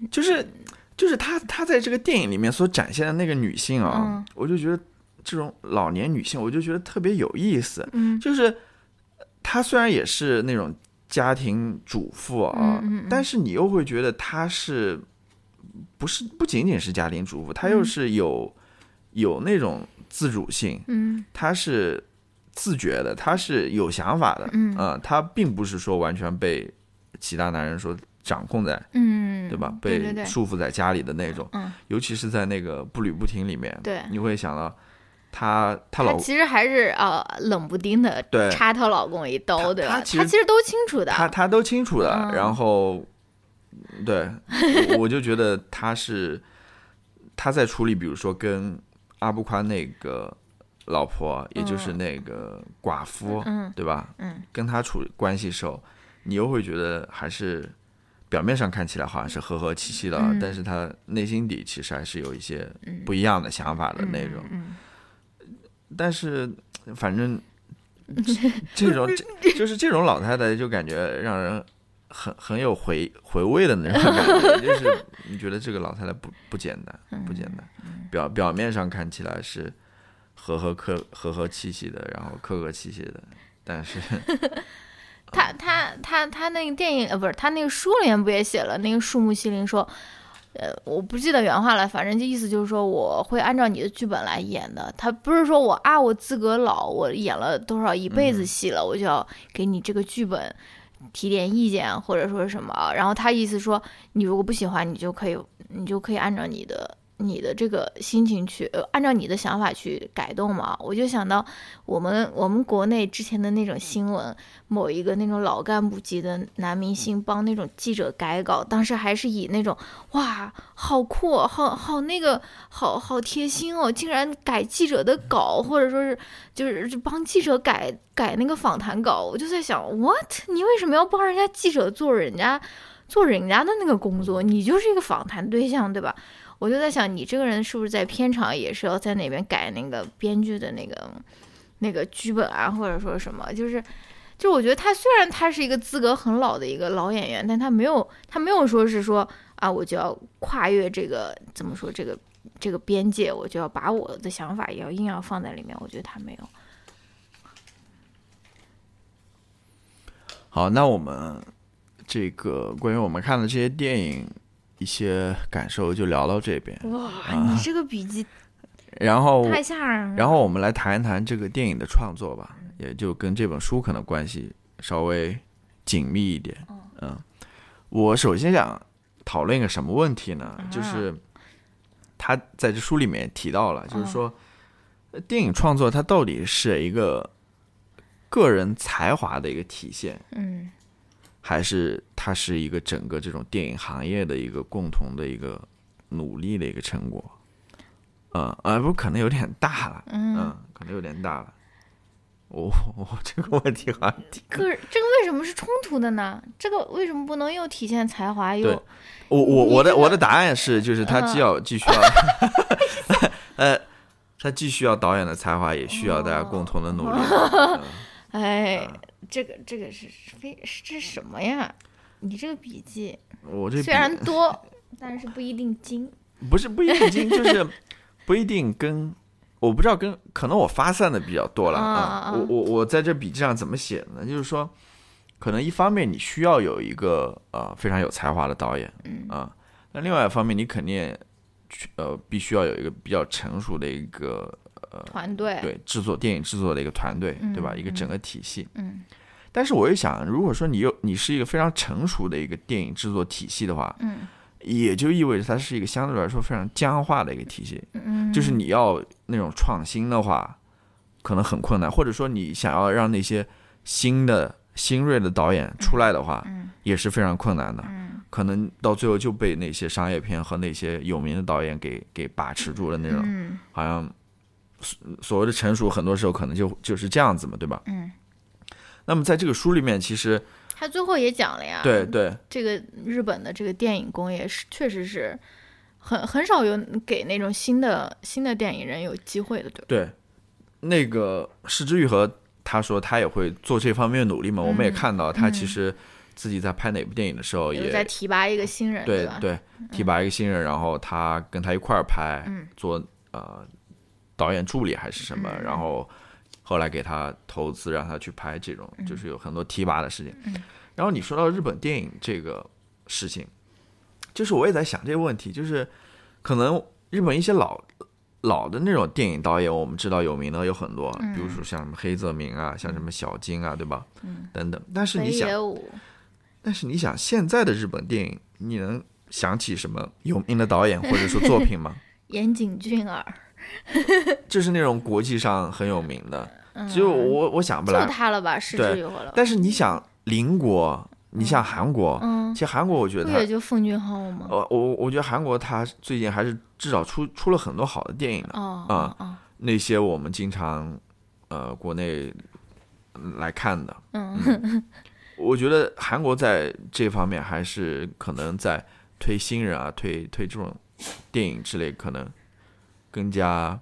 Speaker 2: 就是就是她她在这个电影里面所展现的那个女性啊，
Speaker 3: 嗯
Speaker 2: 我就觉得这种老年女性，我就觉得特别有意思。
Speaker 3: 嗯
Speaker 2: 就是呃她虽然也是那种家庭主妇啊，
Speaker 3: 嗯嗯嗯
Speaker 2: 但是你又会觉得她是不是不仅仅是家庭主妇，她又是有、有那种自主性，
Speaker 3: 嗯
Speaker 2: 她是自觉的，她是有想法的，
Speaker 3: 嗯
Speaker 2: 啊她并不是说完全被其他男人所掌控在，
Speaker 3: 嗯，
Speaker 2: 对吧？
Speaker 3: 对对对
Speaker 2: 被束缚在家里的那种，
Speaker 3: 嗯
Speaker 2: 尤其是在那个步履不停里面，
Speaker 3: 对
Speaker 2: 你会想到她她
Speaker 3: 她
Speaker 2: 老
Speaker 3: 其实还是呃冷不丁的
Speaker 2: 对
Speaker 3: 插她老公一刀，
Speaker 2: 她
Speaker 3: 对
Speaker 2: 她
Speaker 3: 吧？
Speaker 2: 其
Speaker 3: 她
Speaker 2: 实
Speaker 3: 其实都清楚的。
Speaker 2: 他他都清楚的。
Speaker 3: 嗯
Speaker 2: 然后，对我，我就觉得他是他在处理，比如说跟阿布宽那个老婆，也就是那个寡妇，
Speaker 3: 嗯
Speaker 2: 对吧？
Speaker 3: 嗯，
Speaker 2: 跟他处关系时候，你又会觉得还是。表面上看起来好像是和和气气的，
Speaker 3: 嗯
Speaker 2: 但是他内心底其实还是有一些不一样的想法的那种。
Speaker 3: 嗯，
Speaker 2: 但是反
Speaker 3: [laughs]
Speaker 2: 正这这种这就是这种老太太，就感觉让人很很有回回味的那种感觉，就是你觉得这个老太太不不简单，不简单。表表面上看起来是和和客和和气气的，然后客客气气的，但是
Speaker 3: 他他他他那个电影呃不是他那个书里面不也写了那个树木希林说。呃，我不记得原话了，反正就意思就是说我会按照你的剧本来演的。他不是说我啊，我资格老，我演了多少一辈子戏了，我就要给你这个剧本，提点意见或者说什么。啊然后他意思说，你如果不喜欢，你就可以，你就可以按照你的你的这个心情去，呃按照你的想法去改动嘛。我就想到我们我们国内之前的那种新闻，某一个那种老干部级的男明星帮那种记者改稿，当时还是以那种哇，好酷哦，好好那个，好好贴心哦，竟然改记者的稿，或者说是就是就帮记者改改那个访谈稿，我就在想，what？你为什么要帮人家记者做人家做人家的那个工作？你就是一个访谈对象，对吧？我就在想，你这个人是不是在片场也是要在那边改那个编剧的那个那个剧本啊，或者说什么？就是，就是我觉得他虽然他是一个资格很老的一个老演员，但他没有他没有说是说啊，我就要跨越这个怎么说这个这个边界，我就要把我的想法也要硬要放在里面。我觉得他没有。
Speaker 2: 好，那我们这个关于我们看的这些电影一些感受就聊到这边，
Speaker 3: 哇，你这个笔记
Speaker 2: 然后
Speaker 3: 太吓人了。
Speaker 2: 啊哦然后我们来谈一谈这个电影的创作吧，也就跟这本书可能关系稍微紧密一点。嗯，我首先想讨论一个什么问题呢？就是他在这书里面提到了，就是说、呃电影创作它到底是一个个人才华的一个体现，
Speaker 3: 嗯
Speaker 2: 还是它是一个整个这种电影行业的一个共同的一个努力的一个成果。嗯，啊，不，可能有点大了，
Speaker 3: 嗯，
Speaker 2: 嗯，可能有点大了。我我这个问题好像挺……
Speaker 3: 可是这个为什么是冲突的呢？这个为什么不能又体现才华又
Speaker 2: 对我我
Speaker 3: 哦你
Speaker 2: 我的
Speaker 3: 这个嗯
Speaker 2: 我的答案是，就是他既要既需要， [laughs] 呃，他既需要导演的才华，也需要大家共同的努力。
Speaker 3: 哦哎，
Speaker 2: 啊
Speaker 3: 这个这个是是非是这是什么呀？你这个笔记
Speaker 2: 我
Speaker 3: [laughs]
Speaker 2: 这
Speaker 3: 虽然多，
Speaker 2: [laughs]
Speaker 3: 但是不一定精。
Speaker 2: 笔不是不一定，就是 [laughs] 不一定跟我不知道跟可能我发散的比较多了啊。
Speaker 3: 嗯
Speaker 2: 我
Speaker 3: 嗯
Speaker 2: 我我在这笔记上怎么写呢？就是说，可能一方面你需要有一个呃非常有才华的导演，
Speaker 3: 嗯
Speaker 2: 啊，那另外一方面你肯定也去呃必须要有一个比较成熟的一个呃
Speaker 3: 团队，
Speaker 2: 对制作电影制作的一个团队，对吧？
Speaker 3: 嗯
Speaker 2: 一个整个体系。
Speaker 3: 嗯
Speaker 2: 但是我又想，如果说你有你是一个非常成熟的一个电影制作体系的话，
Speaker 3: 嗯
Speaker 2: 也就意味着它是一个相对来说非常僵化的一个体系。
Speaker 3: 嗯，
Speaker 2: 就是你要那种创新的话，可能很困难，或者说你想要让那些新的新锐的导演出来的话，
Speaker 3: 嗯
Speaker 2: 也是非常困难的。
Speaker 3: 嗯
Speaker 2: 可能到最后就被那些商业片和那些有名的导演给给把持住了那种，
Speaker 3: 嗯
Speaker 2: 好像所所谓的成熟，很多时候可能就就是这样子嘛，对吧？
Speaker 3: 嗯，
Speaker 2: 那么在这个书里面，其实
Speaker 3: 他最后也讲了呀，
Speaker 2: 对，对
Speaker 3: 这个日本的这个电影工业是确实是很很少有给那种新的新的电影人有机会的，对吧？
Speaker 2: 对，那个石之愈和他说他也会做这方面的努力嘛，我们也看到他其实自己在拍哪部电影的时候
Speaker 3: 有
Speaker 2: 也
Speaker 3: 在提拔一个新人，
Speaker 2: 对
Speaker 3: 吧？
Speaker 2: 对提拔一个新人，然后他跟他一块儿拍，
Speaker 3: 嗯
Speaker 2: 做呃导演助理还是什么，
Speaker 3: 嗯
Speaker 2: 然后后来给他投资让他去拍这种，
Speaker 3: 嗯
Speaker 2: 就是有很多提拔的事情。然后你说到日本电影这个事情，就是我也在想这个问题，就是可能日本一些老老的那种电影导演，我们知道有名的有很多，
Speaker 3: 嗯
Speaker 2: 比如说像什么黑泽明啊，像什么小津啊，对吧？嗯、等等。但是
Speaker 3: 北
Speaker 2: 你想
Speaker 3: 野，武，
Speaker 2: 但是你想现在的日本电影，你能想起什么有名的导演或者说作品
Speaker 3: [laughs]
Speaker 2: 吗？
Speaker 3: 岩井俊二，
Speaker 2: 就是那种国际上很有名的，
Speaker 3: 嗯
Speaker 2: 只有我我想不
Speaker 3: 就
Speaker 2: 来。
Speaker 3: 他了吧，失
Speaker 2: 对
Speaker 3: 之愈合了。
Speaker 2: 但是你想邻国，你像韩国，
Speaker 3: 嗯
Speaker 2: 其，实韩国我觉
Speaker 3: 不
Speaker 2: 得
Speaker 3: 也
Speaker 2: 它，
Speaker 3: 就奉俊昊吗？
Speaker 2: 呃，我我觉得韩国它最近还是至少出出了很多好的电影的，
Speaker 3: 哦
Speaker 2: 啊
Speaker 3: 哦哦，
Speaker 2: 那些我们经常呃国内来看的。
Speaker 3: 嗯
Speaker 2: 我觉得韩国在这方面还是可能在推新人啊，推推这种电影之类，可能更加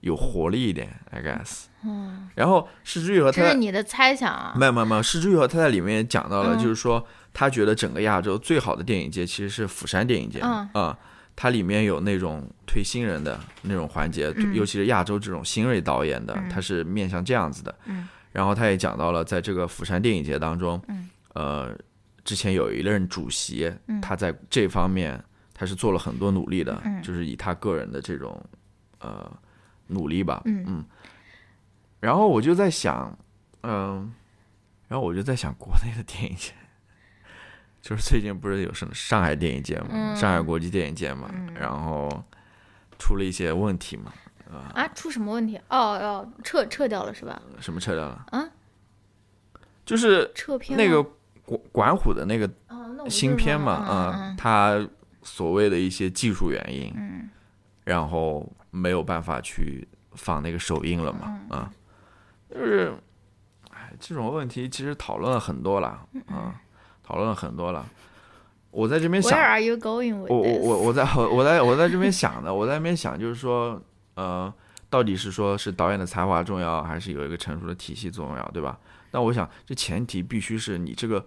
Speaker 2: 有活力一点，I guess。
Speaker 3: 嗯，
Speaker 2: 然后石之予和他
Speaker 3: 这
Speaker 2: 在
Speaker 3: 是你的猜想啊。
Speaker 2: 没有没有没有，石之予和他在里面也讲到了，
Speaker 3: 嗯
Speaker 2: 就是说他觉得整个亚洲最好的电影节其实是釜山电影节啊
Speaker 3: 嗯、
Speaker 2: 它里面有那种推新人的那种环节，
Speaker 3: 嗯
Speaker 2: 尤其是亚洲这种新锐导演的，
Speaker 3: 嗯
Speaker 2: 他是面向这样子的。
Speaker 3: 嗯
Speaker 2: 然后他也讲到了，在这个釜山电影节当中，
Speaker 3: 嗯
Speaker 2: 呃，之前有一任主席，
Speaker 3: 嗯
Speaker 2: 他在这方面他是做了很多努力的，
Speaker 3: 嗯
Speaker 2: 就是以他个人的这种呃努力吧，
Speaker 3: 嗯
Speaker 2: 然后我就在想，嗯、然后我就在想，国内的电影节， [laughs] 就是最近不是有什么上海电影节嘛，
Speaker 3: 嗯
Speaker 2: 上海国际电影节嘛，
Speaker 3: 嗯
Speaker 2: 然后出了一些问题嘛，
Speaker 3: 啊，出什么问题？哦哦，撤撤掉了是吧？
Speaker 2: 什么撤掉了？
Speaker 3: 啊，
Speaker 2: 就是
Speaker 3: 撤片
Speaker 2: 那
Speaker 3: 了
Speaker 2: 个管管虎的那个
Speaker 3: 哦，那我不知
Speaker 2: 新片
Speaker 3: 道
Speaker 2: 嘛，
Speaker 3: 嗯嗯
Speaker 2: 啊、
Speaker 3: 嗯
Speaker 2: 他所谓的一些技术原因，
Speaker 3: 嗯
Speaker 2: 然后没有办法去放那个首映了嘛，
Speaker 3: 嗯
Speaker 2: 啊、就是，哎，这种问题其实讨论了很多了，
Speaker 3: 嗯
Speaker 2: 啊、讨论了很多了。我在这边想
Speaker 3: ，Where，are you going with
Speaker 2: 我我我我
Speaker 3: this？
Speaker 2: 在我我在我在这边想的，我在那边想就是说，呃，到底是说是导演的才华重要，还是有一个成熟的体系重要，对吧？但我想，这前提必须是你这个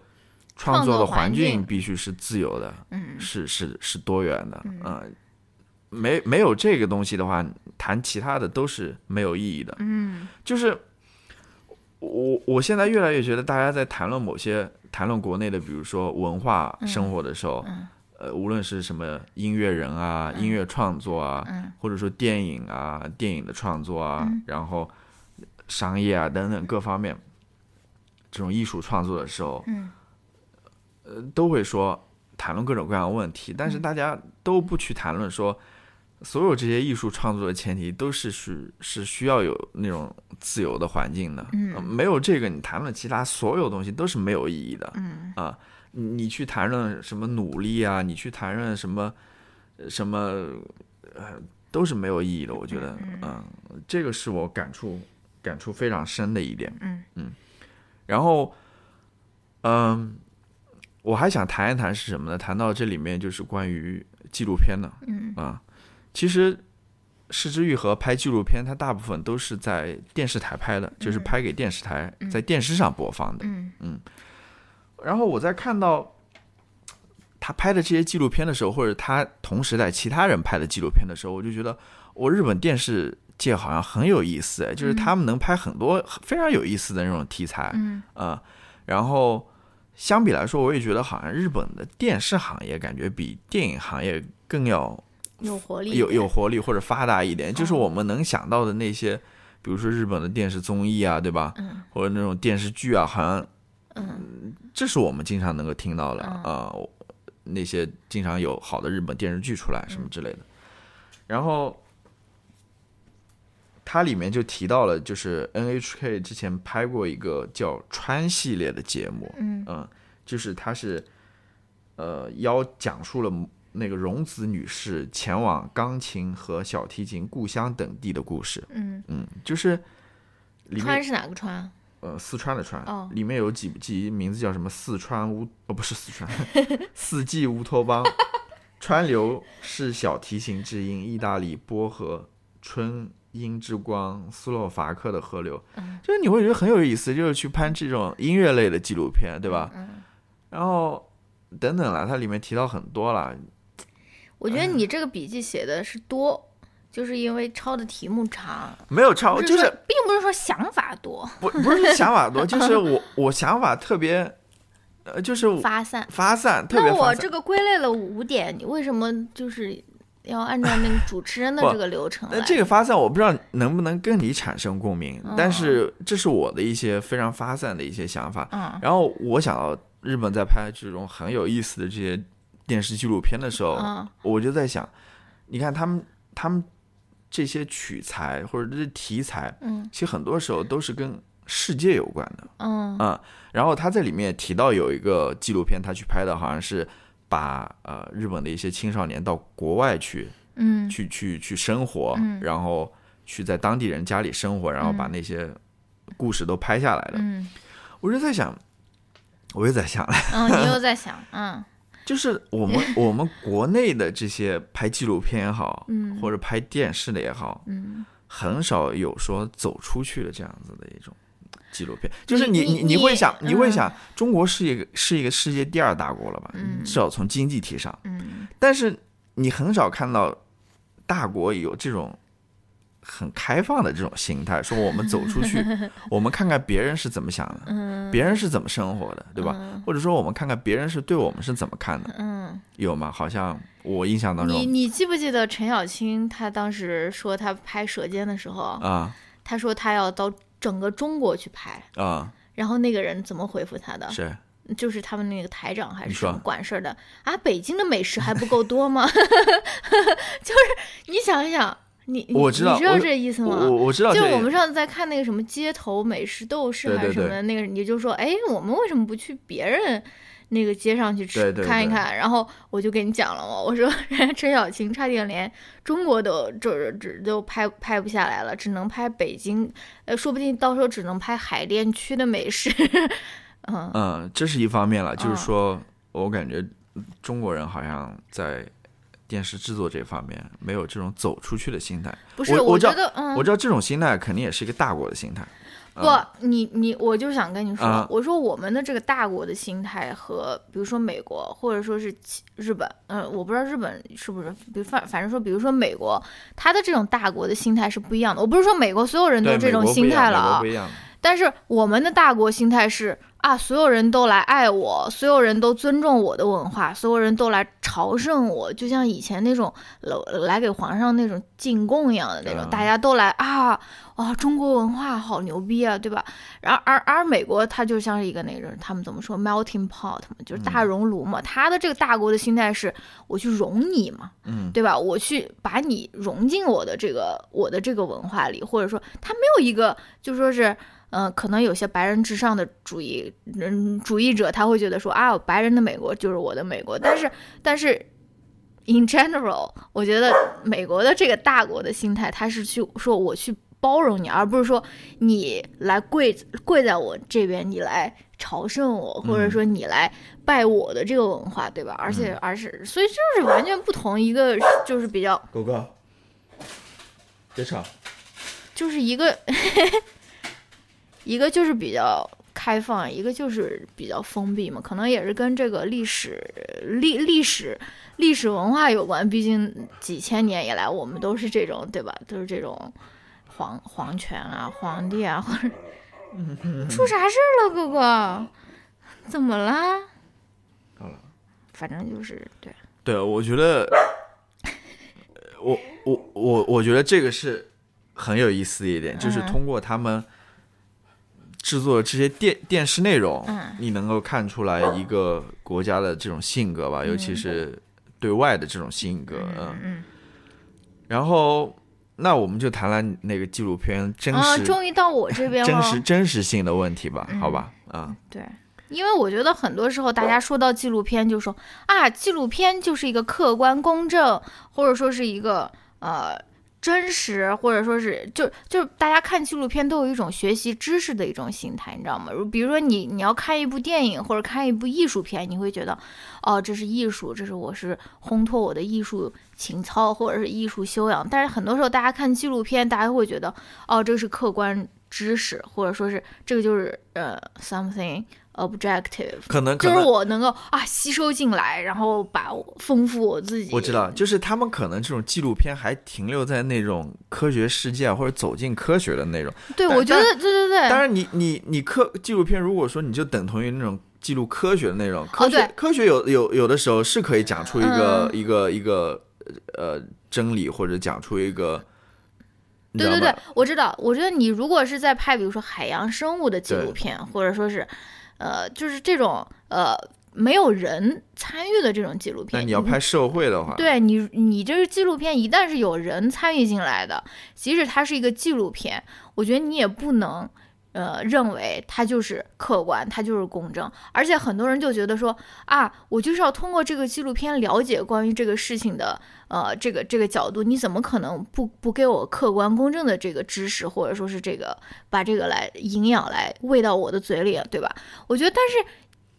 Speaker 2: 创
Speaker 3: 创
Speaker 2: 作
Speaker 3: 作
Speaker 2: 的
Speaker 3: 环
Speaker 2: 环境
Speaker 3: 境
Speaker 2: 必须是自由的，
Speaker 3: 嗯
Speaker 2: 是是是多元的，嗯、没没有这个东西的话，谈其他的都是没有意义的。
Speaker 3: 嗯
Speaker 2: 就是我我现在越来越觉得，大家在谈论某些谈论国内的，比如说文化
Speaker 3: 嗯
Speaker 2: 生活的时候，呃，无论是什么音乐人啊、音乐创作啊，
Speaker 3: 嗯
Speaker 2: 或者说电影啊、电影的创作啊，然后商业啊等等各方面，这种艺术创作的时候，呃
Speaker 3: 嗯
Speaker 2: 都会说谈论各种各样的问题，但是大家都不去谈论说，所有这些艺术创作的前提都是是是需要有那种自由的环境的，嗯、没有这个你谈论其他所有东西都是没有意义的，
Speaker 3: 嗯
Speaker 2: 啊，你你去谈论什么努力啊，你去谈论什么什么，呃，都是没有意义的，我觉得，嗯，这个是我感触感触非常深的一点，
Speaker 3: 嗯
Speaker 2: 然后，嗯，我还想谈一谈是什么呢？谈到这里面就是关于纪录片的
Speaker 3: 嗯
Speaker 2: 啊。其实，失之愈合拍纪录片，它大部分都是在电视台拍的，就是拍给电视台，在电视上播放的。
Speaker 3: 嗯
Speaker 2: 然后我在看到他拍的这些纪录片的时候，或者他同时代其他人拍的纪录片的时候，我就觉得，我日本电视界好像很有意思，哎就是他们能拍很多非常有意思的那种题材。
Speaker 3: 嗯
Speaker 2: 啊、然后相比来说，我也觉得好像日本的电视行业感觉比电影行业更要
Speaker 3: 有活力一点，
Speaker 2: 有
Speaker 3: 嗯
Speaker 2: 有活力或者发达一点。就是我们能想到的那些，比如说日本的电视综艺啊，对吧？
Speaker 3: 嗯
Speaker 2: 或者那种电视剧啊，好像
Speaker 3: 嗯
Speaker 2: 这是我们经常能够听到的
Speaker 3: 嗯
Speaker 2: 啊、我那些经常有好的日本电视剧出来什么
Speaker 3: 嗯
Speaker 2: 之类的。然后它里面就提到了，就是 NHK 之前拍过一个叫《川》系列的节目，
Speaker 3: 嗯
Speaker 2: 嗯，就是它是呃邀讲述了那个荣子女士前往钢琴和小提琴故乡等地的故事。
Speaker 3: 嗯，
Speaker 2: 嗯，就是里面
Speaker 3: 川是哪个川？
Speaker 2: 呃，四川的川，
Speaker 3: 哦
Speaker 2: 里面有几集名字叫什么？四川乌哦，不是四
Speaker 3: [laughs]
Speaker 2: 川，四季乌托邦，川流是小提琴之音，意大利波河春樱之光，斯洛伐克的河流，
Speaker 3: 嗯
Speaker 2: 就是你会觉得很有意思，就是去拍这种音乐类的纪录片，对吧？
Speaker 3: 嗯，
Speaker 2: 然后等等啦，它里面提到很多啦，
Speaker 3: 我觉
Speaker 2: 嗯
Speaker 3: 得你这个笔记写的是多，就是因为抄的题目长，
Speaker 2: 没有超，
Speaker 3: 不
Speaker 2: 哦就
Speaker 3: 说
Speaker 2: 是
Speaker 3: 并不是说想法多，
Speaker 2: 不不是想法
Speaker 3: [laughs]
Speaker 2: 多，就是我我想法特别，呃，就是
Speaker 3: 发散。
Speaker 2: 发散，特别
Speaker 3: 那我
Speaker 2: 发散。
Speaker 3: 这个归类了五点，你为什么就是要按照那个主持人的
Speaker 2: [laughs] 不
Speaker 3: 这个流程来？
Speaker 2: 那这个发散，我不知道能不能跟你产生共鸣，
Speaker 3: 嗯
Speaker 2: 但是这是我的一些非常发散的一些想法。
Speaker 3: 嗯
Speaker 2: 然后我想到日本在拍这种很有意思的这些电视纪录片的时候，
Speaker 3: 嗯
Speaker 2: 我就在想，你看他们他们这些取材或者这些题材，
Speaker 3: 嗯
Speaker 2: 其实很多时候都是跟世界有关的。
Speaker 3: 嗯
Speaker 2: 嗯，然后他在里面也提到有一个纪录片，他去拍的好像是把呃日本的一些青少年到国外去
Speaker 3: 嗯
Speaker 2: 去去去生活，
Speaker 3: 嗯
Speaker 2: 然后去在当地人家里生活，然后把那些故事都拍下来的。
Speaker 3: 嗯
Speaker 2: 我就在想，我又在想，
Speaker 3: 嗯，你又在想，嗯
Speaker 2: 就是我
Speaker 3: [laughs]
Speaker 2: 们我们国内的这些拍纪录片也好，
Speaker 3: 嗯
Speaker 2: 或者拍电视的也好，
Speaker 3: 嗯，
Speaker 2: 很少有说走出去的这样子的一种。纪录片就是
Speaker 3: 你
Speaker 2: 你
Speaker 3: 你
Speaker 2: 你你会
Speaker 3: 你
Speaker 2: 想你会
Speaker 3: 嗯
Speaker 2: 想，中国是一个是一个世界第二大国了吧？
Speaker 3: 嗯
Speaker 2: 至少从经济体上，
Speaker 3: 嗯
Speaker 2: 但是你很少看到大国有这种很开放的这种心态，说我们走出
Speaker 3: [laughs]
Speaker 2: 去，我们看看别人是怎么想的，
Speaker 3: 嗯
Speaker 2: 别人是怎么生活的，对吧？
Speaker 3: 嗯
Speaker 2: 或者说我们看看别人是对我们是怎么看的，
Speaker 3: 嗯，
Speaker 2: 有吗？好像我印象当
Speaker 3: 你
Speaker 2: 中
Speaker 3: 你记不记得陈小青他当时说他拍《舌尖》的时候，
Speaker 2: 啊
Speaker 3: 他说他要到整个中国去拍，
Speaker 2: 啊
Speaker 3: 然后那个人怎么回复他的？
Speaker 2: 是
Speaker 3: 就是他们那个台长还是
Speaker 2: 你说
Speaker 3: 什么管事儿的啊？北京的美食还不够多吗？ [laughs] 就是你想一想，你你
Speaker 2: 我知道
Speaker 3: 你知道
Speaker 2: 我
Speaker 3: 这意思
Speaker 2: 我
Speaker 3: 吗？
Speaker 2: 我我知道这
Speaker 3: 就
Speaker 2: 个，
Speaker 3: 我们上次在看那个什么街头美食斗士
Speaker 2: 对
Speaker 3: 还
Speaker 2: 对
Speaker 3: 是什么
Speaker 2: 对
Speaker 3: 的那个，你就说，哎，我们为什么不去别人那个街上去吃
Speaker 2: 对对
Speaker 3: 看一
Speaker 2: 对
Speaker 3: 看？然后我就给你讲了嘛，我说 [laughs] 人家陈小青差点连中国都这只都拍拍不下来了，只能拍北京，呃，说不定到时候只能拍海淀区的美食。 [laughs] 嗯，
Speaker 2: 嗯，这是一方面了，就
Speaker 3: 嗯
Speaker 2: 是说我感觉中国人好像在电视制作这方面没有这种走出去的心态。
Speaker 3: 不是，
Speaker 2: 我
Speaker 3: 我
Speaker 2: 我知
Speaker 3: 觉
Speaker 2: 道
Speaker 3: 得，嗯，
Speaker 2: 我知道这种心态肯定也是一个大国的心态。
Speaker 3: 不，你你我就想跟你说，
Speaker 2: 啊
Speaker 3: 我说我们的这个大国的心态和比如说美国或者说是其日本，嗯、我不知道日本是不是，比如反反正说，比如说美国，他的这种大国的心态是不一样的。我不是说美国所有人都
Speaker 2: 对，
Speaker 3: 有这种心态了啊
Speaker 2: 美国不，一样，美
Speaker 3: 但是我们的大国心态是啊，所有人都来爱我，所有人都尊重我的文化，所有人都来朝圣我，就像以前那种呃来给皇上那种进贡一样的那种，
Speaker 2: 对啊
Speaker 3: 大家都来啊，哇、中国文化好牛逼啊，对吧？然后而而美国它就像是一个那种他们怎么说 melting pot 嘛，
Speaker 2: 嗯
Speaker 3: 就是大熔炉嘛，它的这个大国的心态是我去融你嘛，
Speaker 2: 嗯
Speaker 3: 对吧？我去把你融进我的这个我的这个文化里，或者说他没有一个就说是。嗯，可能有些白人至上的主义，嗯，主义者他会觉得说啊，白人的美国就是我的美国，但是但是，in general，我觉得美国的这个大国的心态，他是去说我去包容你，而不是说你来跪跪在我这边，你来朝圣我，或者说你来拜我的这个文化，对吧？而且而是，所以就是完全不同一个，就是比较
Speaker 2: 国狗狗，别吵。
Speaker 3: 就是一个一个就是比较开放，一个就是比较封闭嘛，可能也是跟这个历史历历史历史文化有关。毕竟几千年以来，我们都是这种，对吧？都是这种皇皇权啊、皇帝啊，或
Speaker 2: [laughs]
Speaker 3: 者出啥事儿了，哥哥？怎么啦？
Speaker 2: 好了，啊
Speaker 3: 反正就是对，
Speaker 2: 对，我觉得，呃我我我我觉得这个是很有意思的一点，就是
Speaker 3: 嗯
Speaker 2: 通过他们制作的这些电电视内容，
Speaker 3: 嗯
Speaker 2: 你能够看出来一个国家的这种性格吧，尤其是对外的这种性格，嗯。
Speaker 3: 嗯，
Speaker 2: 然后，那我们就谈谈那个纪录片真
Speaker 3: 啊，
Speaker 2: 实、
Speaker 3: 终于到我这边了，嗯
Speaker 2: 真实真实性的问题吧，好吧，啊、
Speaker 3: 对，因为我觉得很多时候大家说到纪录片，就说啊，纪录片就是一个客观公正，或者说是一个呃真实，或者说是就就大家看纪录片都有一种学习知识的一种心态，你知道吗？如比如说你你要看一部电影或者看一部艺术片，你会觉得哦，这是艺术，这是我是烘托我的艺术情操或者是艺术修养。但是很多时候大家看纪录片，大家会觉得哦，这是客观知识，或者说是这个就是呃 something objective，
Speaker 2: 可能可
Speaker 3: 就是
Speaker 2: 能
Speaker 3: 我能够啊吸收进来，然后把我丰富我自己。
Speaker 2: 我知道，就是他们可能这种纪录片还停留在那种科学世界啊或者走进科学的那种。
Speaker 3: 对，
Speaker 2: 但
Speaker 3: 我觉得对对对，
Speaker 2: 当然你，你你科纪录片，如果说你就等同于那种记录科学的那种，科学、
Speaker 3: 哦对嗯
Speaker 2: 科学有有有的时候是可以讲出一个、一个一个呃真理，或者讲出一个，你
Speaker 3: 对
Speaker 2: 知道
Speaker 3: 对对
Speaker 2: 吗，
Speaker 3: 我知道。我觉得你如果是在拍，比如说海洋生物的纪录
Speaker 2: 对
Speaker 3: 片，或者说是，呃，就是这种呃没有人参与的这种纪录
Speaker 2: 那
Speaker 3: 片，
Speaker 2: 你要拍社会的话，
Speaker 3: 对你，你这个纪录片一旦是有人参与进来的，即使它是一个纪录片，我觉得你也不能，呃，认为它就是客观，它就是公正。而且很多人就觉得说啊，我就是要通过这个纪录片了解关于这个事情的，呃，这个这个角度，你怎么可能不不给我客观公正的这个知识，或者说是这个把这个来营养来喂到我的嘴里，对吧？我觉得，但是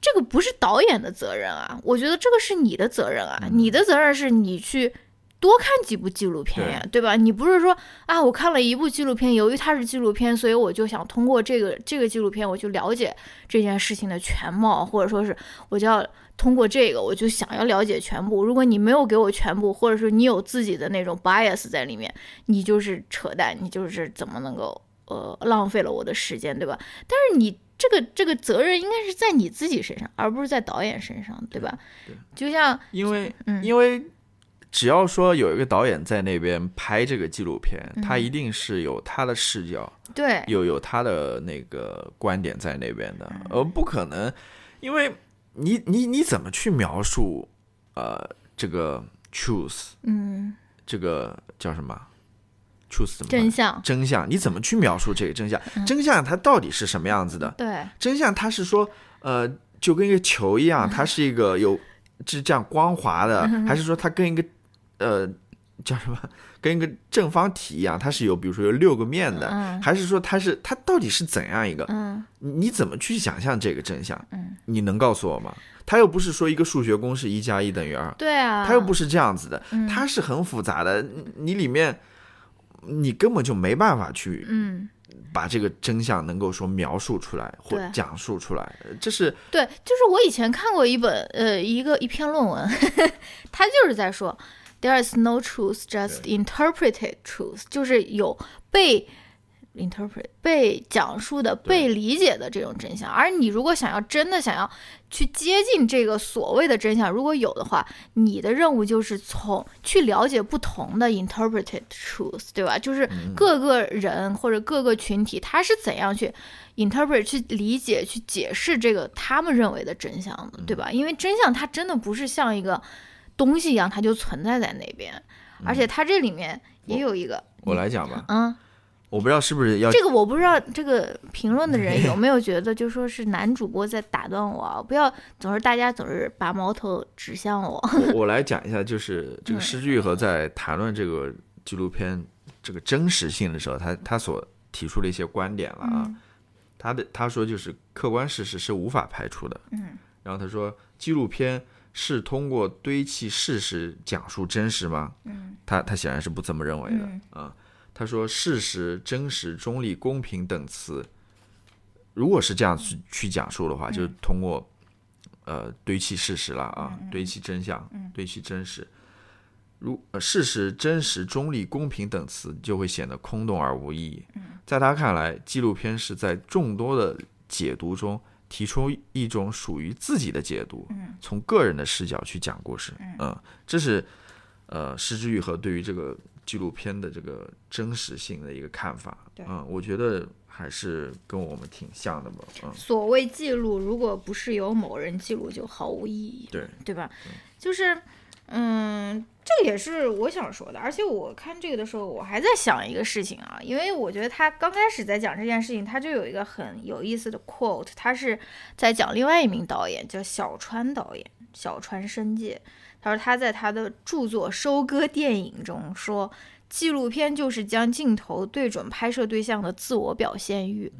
Speaker 3: 这个不是导演的责任啊，我觉得这个是你的责任啊，你的责任是你去。多看几部纪录片呀，对吧？你不是说啊，我看了一部纪录片，由于它是纪录片，所以我就想通过这个这个纪录片，我去了解这件事情的全貌，或者说是我就要通过这个，我就想要了解全部。如果你没有给我全部，或者说你有自己的那种 bias 在里面，你就是扯淡，你就是怎么能够呃浪费了我的时间，对吧？但是你这个这个责任应该是在你自己身上，而不是在导演身上，对吧？
Speaker 2: 对
Speaker 3: 就像
Speaker 2: 因为、
Speaker 3: 嗯
Speaker 2: 因为只要说有一个导演在那边拍这个纪录片，
Speaker 3: 嗯
Speaker 2: 他一定是有他的视角，
Speaker 3: 对，
Speaker 2: 有有他的那个观点在那边
Speaker 3: 嗯
Speaker 2: 的，呃，不可能，因为你你你怎么去描述呃这个 truth
Speaker 3: 嗯，
Speaker 2: 这个叫什么 truth 怎么
Speaker 3: 真
Speaker 2: 办
Speaker 3: 相，嗯
Speaker 2: 真相？你怎么去描述这个真相？真相它到底是什么样子的？
Speaker 3: 对，
Speaker 2: 真相它是说，呃，就跟一个球一
Speaker 3: 嗯
Speaker 2: 样，它是一个有是这样光滑的，还是说它跟一个呃叫什么，跟一个正方体一样，它是有比如说有六个面的，
Speaker 3: 嗯
Speaker 2: 还是说它是它到底是怎样一个？
Speaker 3: 嗯
Speaker 2: 你你怎么去想象这个真相？
Speaker 3: 嗯，
Speaker 2: 你能告诉我吗？它又不是说一个数学公式一加一等于二，
Speaker 3: 对啊，
Speaker 2: 它又不是这样子的，
Speaker 3: 嗯
Speaker 2: 它是很复杂的，你你里面你根本就没办法去
Speaker 3: 嗯，
Speaker 2: 把这个真相能够说描述出来或
Speaker 3: 对嗯
Speaker 2: 讲述出来，呃这是
Speaker 3: 对，就是我以前看过一本呃一个一篇论文， [laughs] 他就是在说，there is no truth, just interpreted truth，就是有被 interpret 被讲述的、被理解的这种真相。而你如果想要真的想要去接近这个所谓的真相，如果有的话，你的任务就是从去了解不同的 interpreted truth，对吧？就是各个人或者各个群体他是怎样去 interpret 去理解、去解释这个他们认为的真相的，对吧？因为真相它真的不是像一个东西一样，它就存在在那边，而且它这里面也有一个，
Speaker 2: 我呃来讲吧，
Speaker 3: 嗯，
Speaker 2: 我不知道是不是要
Speaker 3: 这个我不知道，这个评论的人有没有觉得，就说是男主播在打断我啊？不要总是大家总是把矛头指向我。 [laughs]
Speaker 2: 我我来讲一下，就是这个
Speaker 3: 嗯
Speaker 2: 施剧和在谈论这个纪录片这个真实性的时候，他他所提出的一些观点了
Speaker 3: 嗯
Speaker 2: 啊。他的他说就是客观事实是无法排除的，
Speaker 3: 嗯，
Speaker 2: 然后他说纪录片是通过堆砌事实讲述真实吗？
Speaker 3: 嗯，
Speaker 2: 他他显然是不这么认为的
Speaker 3: 嗯
Speaker 2: 啊。他说事实、真实、中立、公平等词，如果是这样
Speaker 3: 嗯
Speaker 2: 去去讲述的话，就是通过呃堆砌事实了啊，
Speaker 3: 嗯
Speaker 2: 堆砌真相，堆砌真实。如、呃、事实、真实、中立、公平等词就会显得空洞而无意义。在他看来，纪录片是在众多的解读中提出一种属于自己的解读，从个人的视角去讲故事。嗯，这是呃施之愈和对于这个纪录片的这个真实性的一个看法。嗯，我觉得还是跟我们挺像的吧。嗯，
Speaker 3: 所谓记录，如果不是由某人记录，就毫无意义。
Speaker 2: 对，
Speaker 3: 对吧？就是，嗯，这个也是我想说的。而且我看这个的时候，我还在想一个事情啊，因为我觉得他刚开始在讲这件事情，他就有一个很有意思的 quote，他是在讲另外一名导演叫小川导演，小川伸介。他说他在他的著作《收割电影》中说，纪录片就是将镜头对准拍摄对象的自我表现欲。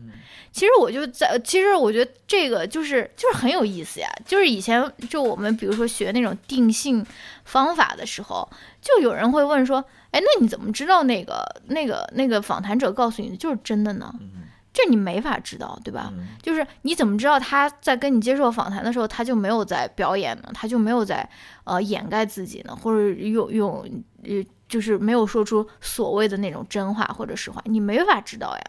Speaker 3: 其实我就在，其实我觉得这个就是就是很有意思呀。就是以前就我们比如说学那种定性方法的时候，就有人会问说：“哎，那你怎么知道那个那个那个访谈者告诉你的就是真的呢？”这你没法知道，对吧？
Speaker 2: 嗯
Speaker 3: 就是你怎么知道他在跟你接受访谈的时候，他就没有在表演呢？他就没有在呃掩盖自己呢，或者用用呃就是没有说出所谓的那种真话或者实话，你没法知道呀。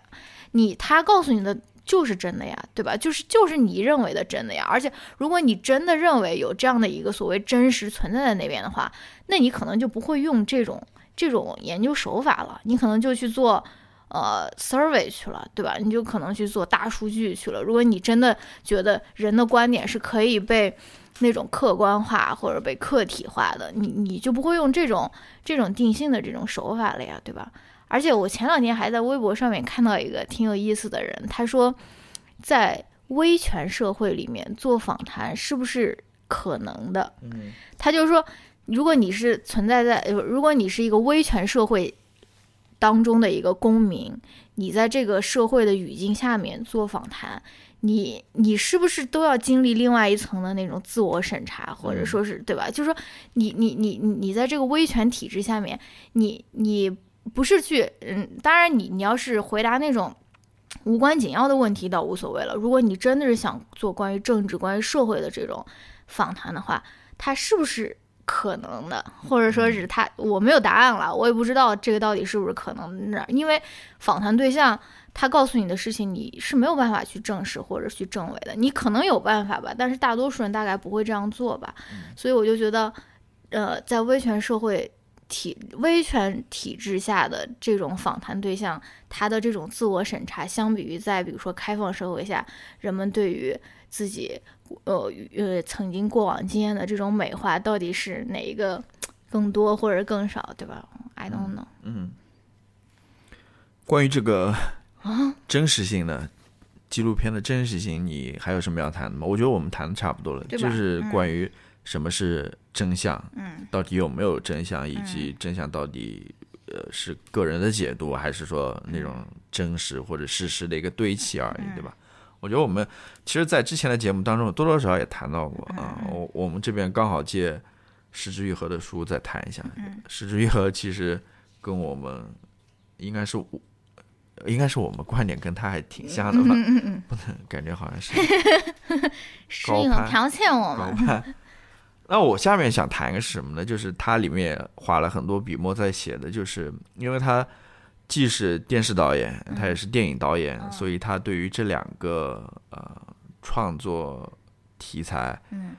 Speaker 3: 你他告诉你的就是真的呀，对吧？就是就是你认为的真的呀。而且如果你真的认为有这样的一个所谓真实存在在那边的话，那你可能就不会用这种这种研究手法了，你可能就去做。呃，survey 去了，对吧？你就可能去做大数据去了。如果你真的觉得人的观点是可以被那种客观化或者被客体化的，你你就不会用这种这种定性的这种手法了呀，对吧？而且我前两天还在微博上面看到一个挺有意思的人，他说，在威权社会里面做访谈是不是可能的？
Speaker 2: 嗯，
Speaker 3: 他就说，如果你是存在在，呃如果你是一个威权社会当中的一个公民，你在这个社会的语境下面做访谈，你你是不是都要经历另外一层的那种自我审查，或者说是对吧？就是说你你你你你在这个威权体制下面，你你不是去嗯，当然你你要是回答那种。无关紧要的问题倒无所谓了。如果你真的是想做关于政治、关于社会的这种访谈的话，它是不是可能的，或者说是它我没有答案了，我也不知道这个到底是不是可能的，因为访谈对象他告诉你的事情，你是没有办法去证实或者去证伪的，你可能有办法吧，但是大多数人大概不会这样做吧，所以我就觉得。呃，在威权社会体威权体制下的这种访谈对象，他的这种自我审查，相比于在比如说开放社会下，人们对于自己呃呃曾经过往经验的这种美化，到底是哪一个更多或者更少，对吧？I don't know。
Speaker 2: 嗯，关于这个
Speaker 3: 啊
Speaker 2: 真实性的纪录片的真实性，你还有什么要谈的吗？我觉得我们谈的差不多了，
Speaker 3: 对吧
Speaker 2: 就是关于什么是真相，
Speaker 3: 嗯，
Speaker 2: 到底有没有真相，以及真相到底呃是个人的解读，还是说那种
Speaker 3: 嗯
Speaker 2: 真实或者事实的一个堆砌而已，对吧？我觉得我们其实，在之前的节目当中，多多少少也谈到过啊。我我们这边刚好借石之愈合的书再谈一下。石之愈合其实跟我们应该是我，应该是我们观点跟他还挺像的
Speaker 3: [laughs]
Speaker 2: 吧？不能 [laughs] 感觉好像是
Speaker 3: 适
Speaker 2: 高
Speaker 3: 应
Speaker 2: 攀
Speaker 3: 剽窃我
Speaker 2: 高
Speaker 3: 们，
Speaker 2: 攀。那我下面想谈一个是什么呢？就是它里面也花了很多笔墨在写的，就是因为他既是电视导演，他也是电影导演，所以他对于这两个呃创作题材，
Speaker 3: 嗯，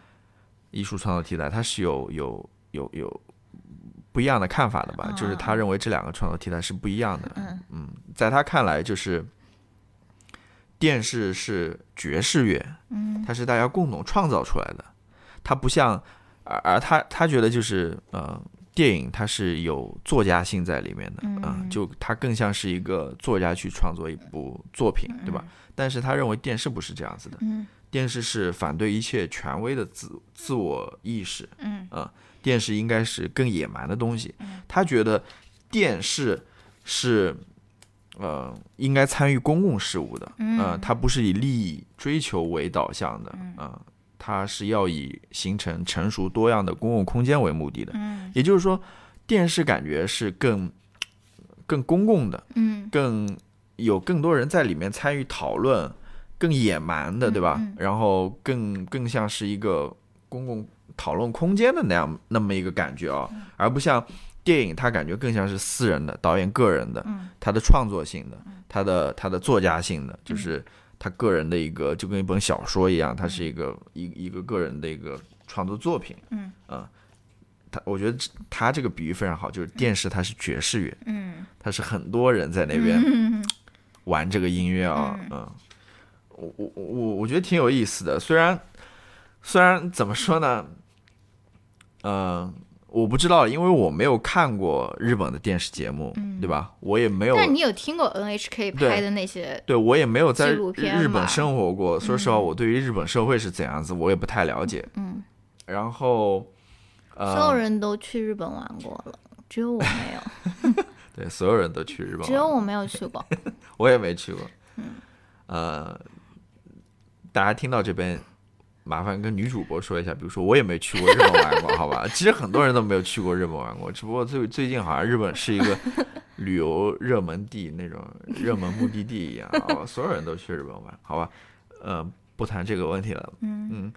Speaker 2: 艺术创作题材，他是有有有有不一样的看法的吧？就是他认为这两个创作题材是不一样的。
Speaker 3: 嗯
Speaker 2: 在他看来，就是电视是爵士乐，
Speaker 3: 嗯，
Speaker 2: 它是大家共同创造出来的，它不像，而而他他觉得就是呃，电影它是有作家性在里面的，
Speaker 3: 嗯
Speaker 2: 啊就它更像是一个作家去创作一部作品，对吧？但是他认为电视不是这样子的，
Speaker 3: 嗯
Speaker 2: 电视是反对一切权威的自自我意识，啊
Speaker 3: 嗯
Speaker 2: 电视应该是更野蛮的东西。他觉得电视是呃应该参与公共事务的，嗯、呃，它不是以利益追求为导向的，嗯、它是要以形成成熟多样的公共空间为目的的。
Speaker 3: 嗯
Speaker 2: 也就是说，电视感觉是更更公共的，
Speaker 3: 嗯
Speaker 2: 更有更多人在里面参与讨论，更野蛮的，对吧？然后更更像是一个公共讨论空间的那样那么一个感觉啊、而不像电影，它感觉更像是私人的，导演个人的，他的创作性的，他的他的作家性
Speaker 3: 嗯
Speaker 2: 的，就是他个人的一个，就跟一本小说一样，它是一个一一个个人的一个创作作品，
Speaker 3: 嗯
Speaker 2: 啊。他我觉得这他这个比喻非常好，就是电视它是爵士乐，
Speaker 3: 嗯
Speaker 2: 它是很多人在那边
Speaker 3: 嗯
Speaker 2: 玩这个音乐啊，嗯，我我我我觉得挺有意思的。虽然虽然怎么说呢，嗯、我不知道，因为我没有看过日本的电视节目，对吧？我也没有，
Speaker 3: 嗯但是你有听过 NHK
Speaker 2: 对
Speaker 3: 拍的那些？
Speaker 2: 对我也没有在
Speaker 3: 纪录片
Speaker 2: 日
Speaker 3: 吧
Speaker 2: 本生活过。说实话，我对于日本社会是怎样子，我也不太了解。
Speaker 3: 嗯，
Speaker 2: 然后，呃，
Speaker 3: 所有人都去日本玩过了，只有
Speaker 2: [laughs]
Speaker 3: 我没有，
Speaker 2: 对所有人都去日本玩，
Speaker 3: 只有嗯我没有
Speaker 2: [laughs]
Speaker 3: 去过。
Speaker 2: 我也没去过。呃，大家听到这边，麻烦跟女主播说一下，比如说我也没去过日本玩过，好吧？其实很多人都没有去过日本玩过，只不过最最近好像日本是一个旅游热门地那种热门目的地一样，哦，所有人都去日本玩，好吧？呃，不谈这个问题了。嗯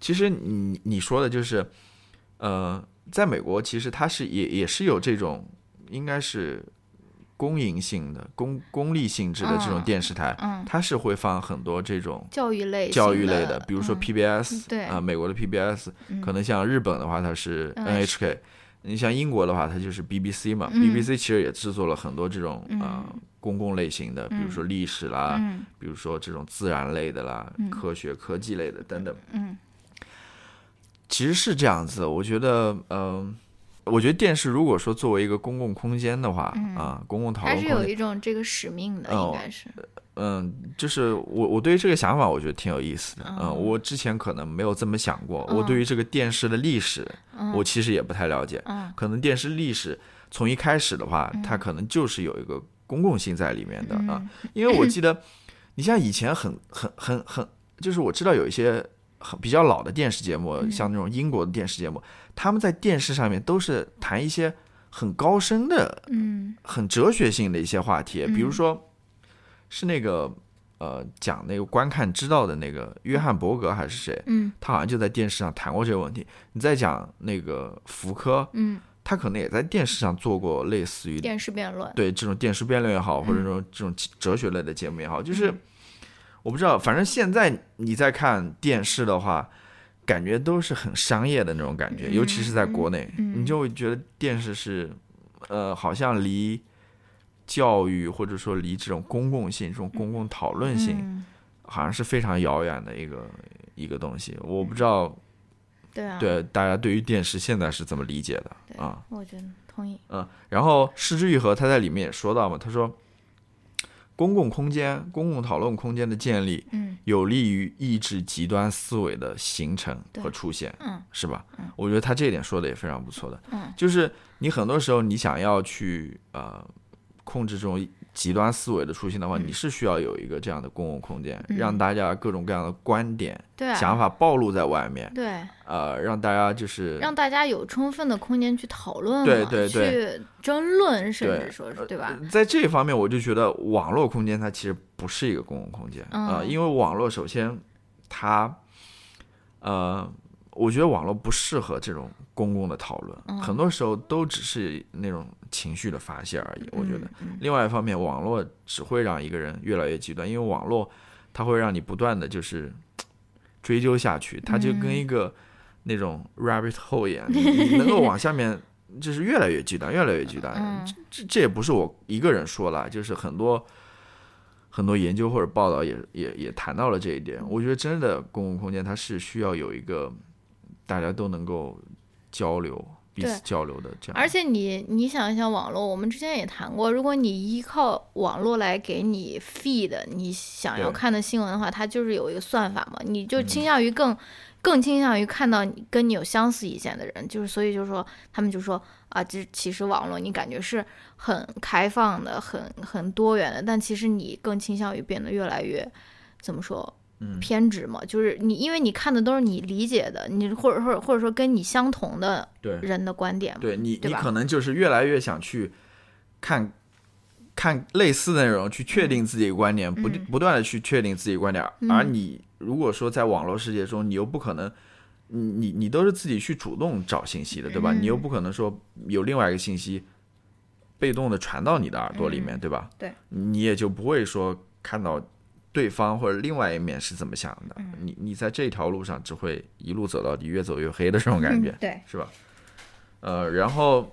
Speaker 2: 其实你你说的就是，呃，在美国其实它是也也是有这种应该是公营性的、公公立性质的这种
Speaker 3: 嗯
Speaker 2: 电视台，
Speaker 3: 嗯
Speaker 2: 它是会放很多这种
Speaker 3: 教育类型
Speaker 2: 教育类的，比如说
Speaker 3: 嗯
Speaker 2: PBS，、
Speaker 3: 对嗯
Speaker 2: 啊、美国的 PBS，、可能像日本的话，它是
Speaker 3: NHK
Speaker 2: NHK，你像英国的话，它就是 BBC 嘛、
Speaker 3: 嗯
Speaker 2: b b c 其实也制作了很多这种啊、呃公共类型的，比如说历史啦，
Speaker 3: 嗯
Speaker 2: 比如说这种自然类的啦、科学科技类的等等，
Speaker 3: 嗯
Speaker 2: 其实是这样子的，我觉得，嗯、我觉得电视如果说作为一个公共空间的话，啊、公共讨
Speaker 3: 嗯它
Speaker 2: 论
Speaker 3: 是
Speaker 2: 空
Speaker 3: 有
Speaker 2: 间，
Speaker 3: 一种这个使命的，
Speaker 2: 哦
Speaker 3: 应该是。
Speaker 2: 嗯，就是我我对于这个想法，我觉得挺有意思的。嗯、
Speaker 3: 哦
Speaker 2: 我之前可能没有这么想过，我对于这个电视的历史，我其实也不太了解。
Speaker 3: 嗯
Speaker 2: 可能电视历史从一开始的话，它可能就是有一个公共性在里面的、啊，因为我记得，你像以前很很很很，就是我知道有一些很比较老的电视节目，像那种英国的电视节目，他们在电视上面都是谈一些很高深的、
Speaker 3: 嗯
Speaker 2: 很哲学性的一些话题，比如说是那个呃讲那个观看之道的那个约翰伯格还是谁，
Speaker 3: 嗯
Speaker 2: 他好像就在电视上谈过这个问题。你再讲那个福柯，
Speaker 3: 嗯，
Speaker 2: 他可能也在电视上做过类似于
Speaker 3: 电视辩论。
Speaker 2: 对这种电视辩论也好，或
Speaker 3: 嗯
Speaker 2: 者说这种哲学类的节目也好，就是我不知道，反正现在你在看电视的话，感觉都是很商业的那种感觉，尤其是在
Speaker 3: 嗯
Speaker 2: 国内，你就会觉得电视是，呃，好像离教育或者说离这种公共性、这种公共讨论性，
Speaker 3: 嗯，
Speaker 2: 好像是非常遥远的一个一个东西。我
Speaker 3: 嗯
Speaker 2: 不知道，
Speaker 3: 对啊，
Speaker 2: 对大家对于电视现在是怎么理解的
Speaker 3: 对
Speaker 2: 啊？
Speaker 3: 我觉得同意，
Speaker 2: 嗯，然后失之愈合他在里面也说到嘛，他说，公共空间、公共讨论空间的建立，
Speaker 3: 嗯，
Speaker 2: 有利于抑制极端思维的形成和出现，
Speaker 3: 嗯，
Speaker 2: 是吧？我觉得他这一点说的也非常不错的，
Speaker 3: 嗯，
Speaker 2: 就是你很多时候你想要去呃控制这种极端思维的出现的话，
Speaker 3: 嗯
Speaker 2: 你是需要有一个这样的公共空间，让大家各种各样的观点、
Speaker 3: 对啊，
Speaker 2: 想法暴露在外面，
Speaker 3: 对，
Speaker 2: 呃，让大家就是
Speaker 3: 让大家有充分的空间去讨论嘛，
Speaker 2: 对对对
Speaker 3: 去争论，甚
Speaker 2: 对呃
Speaker 3: 至说是对吧？
Speaker 2: 在这方面，我就觉得网络空间它其实不是一个公共空间啊、呃
Speaker 3: 嗯
Speaker 2: 因为网络首先它，呃，我觉得网络不适合这种公共的讨论，
Speaker 3: 嗯
Speaker 2: 很多时候都只是那种情绪的发泄而已。我觉
Speaker 3: 嗯
Speaker 2: 得，另外一方面，网络只会让一个人越来越极端，因为网络它会让你不断的就是追究下去，它就
Speaker 3: 嗯
Speaker 2: 跟一个那种 rabbit hole 一样，你你能够往下面。就是越来越极端，越来越极端。
Speaker 3: 嗯
Speaker 2: 这这也不是我一个人说了，就是很多很多研究或者报道也也也谈到了这一点。我觉得真的公共空间它是需要有一个大家都能够交流、彼
Speaker 3: 对
Speaker 2: 此交流的这样。
Speaker 3: 而且你你想一想，网络我们之前也谈过，如果你依靠网络来给你 feed 你想要
Speaker 2: 对嗯
Speaker 3: 看的新闻的话，它就是有一个算法嘛，你就倾向于更、更倾向于看到你跟你有相似意见的人，就是所以就说他们就说啊，这其实网络你感觉是很开放的、很很多元的，但其实你更倾向于变得越来越怎么说？
Speaker 2: 嗯
Speaker 3: 偏执嘛，就是你，因为你看的都是你理解的，你或者或者或者说跟你相同的
Speaker 2: 对
Speaker 3: 人的观点嘛。
Speaker 2: 对你，
Speaker 3: 对
Speaker 2: 你
Speaker 3: 吧
Speaker 2: 可能就是越来越想去看看类似的内容，去确
Speaker 3: 嗯
Speaker 2: 定自己的观点，不不断的去确定自己的观点。而你如果说在网络世界中，你又不可能，你你你都是自己去主动找信息的，对吧？你
Speaker 3: 嗯
Speaker 2: 又不可能说有另外一个信息被动的传到你的耳朵里面，对吧？
Speaker 3: 嗯对，
Speaker 2: 你也就不会说看到。对方或者另外一面是怎么想的？
Speaker 3: 嗯
Speaker 2: 你你在这条路上只会一路走到底，越走越黑的这种感觉。
Speaker 3: 嗯对，
Speaker 2: 是吧？呃，然后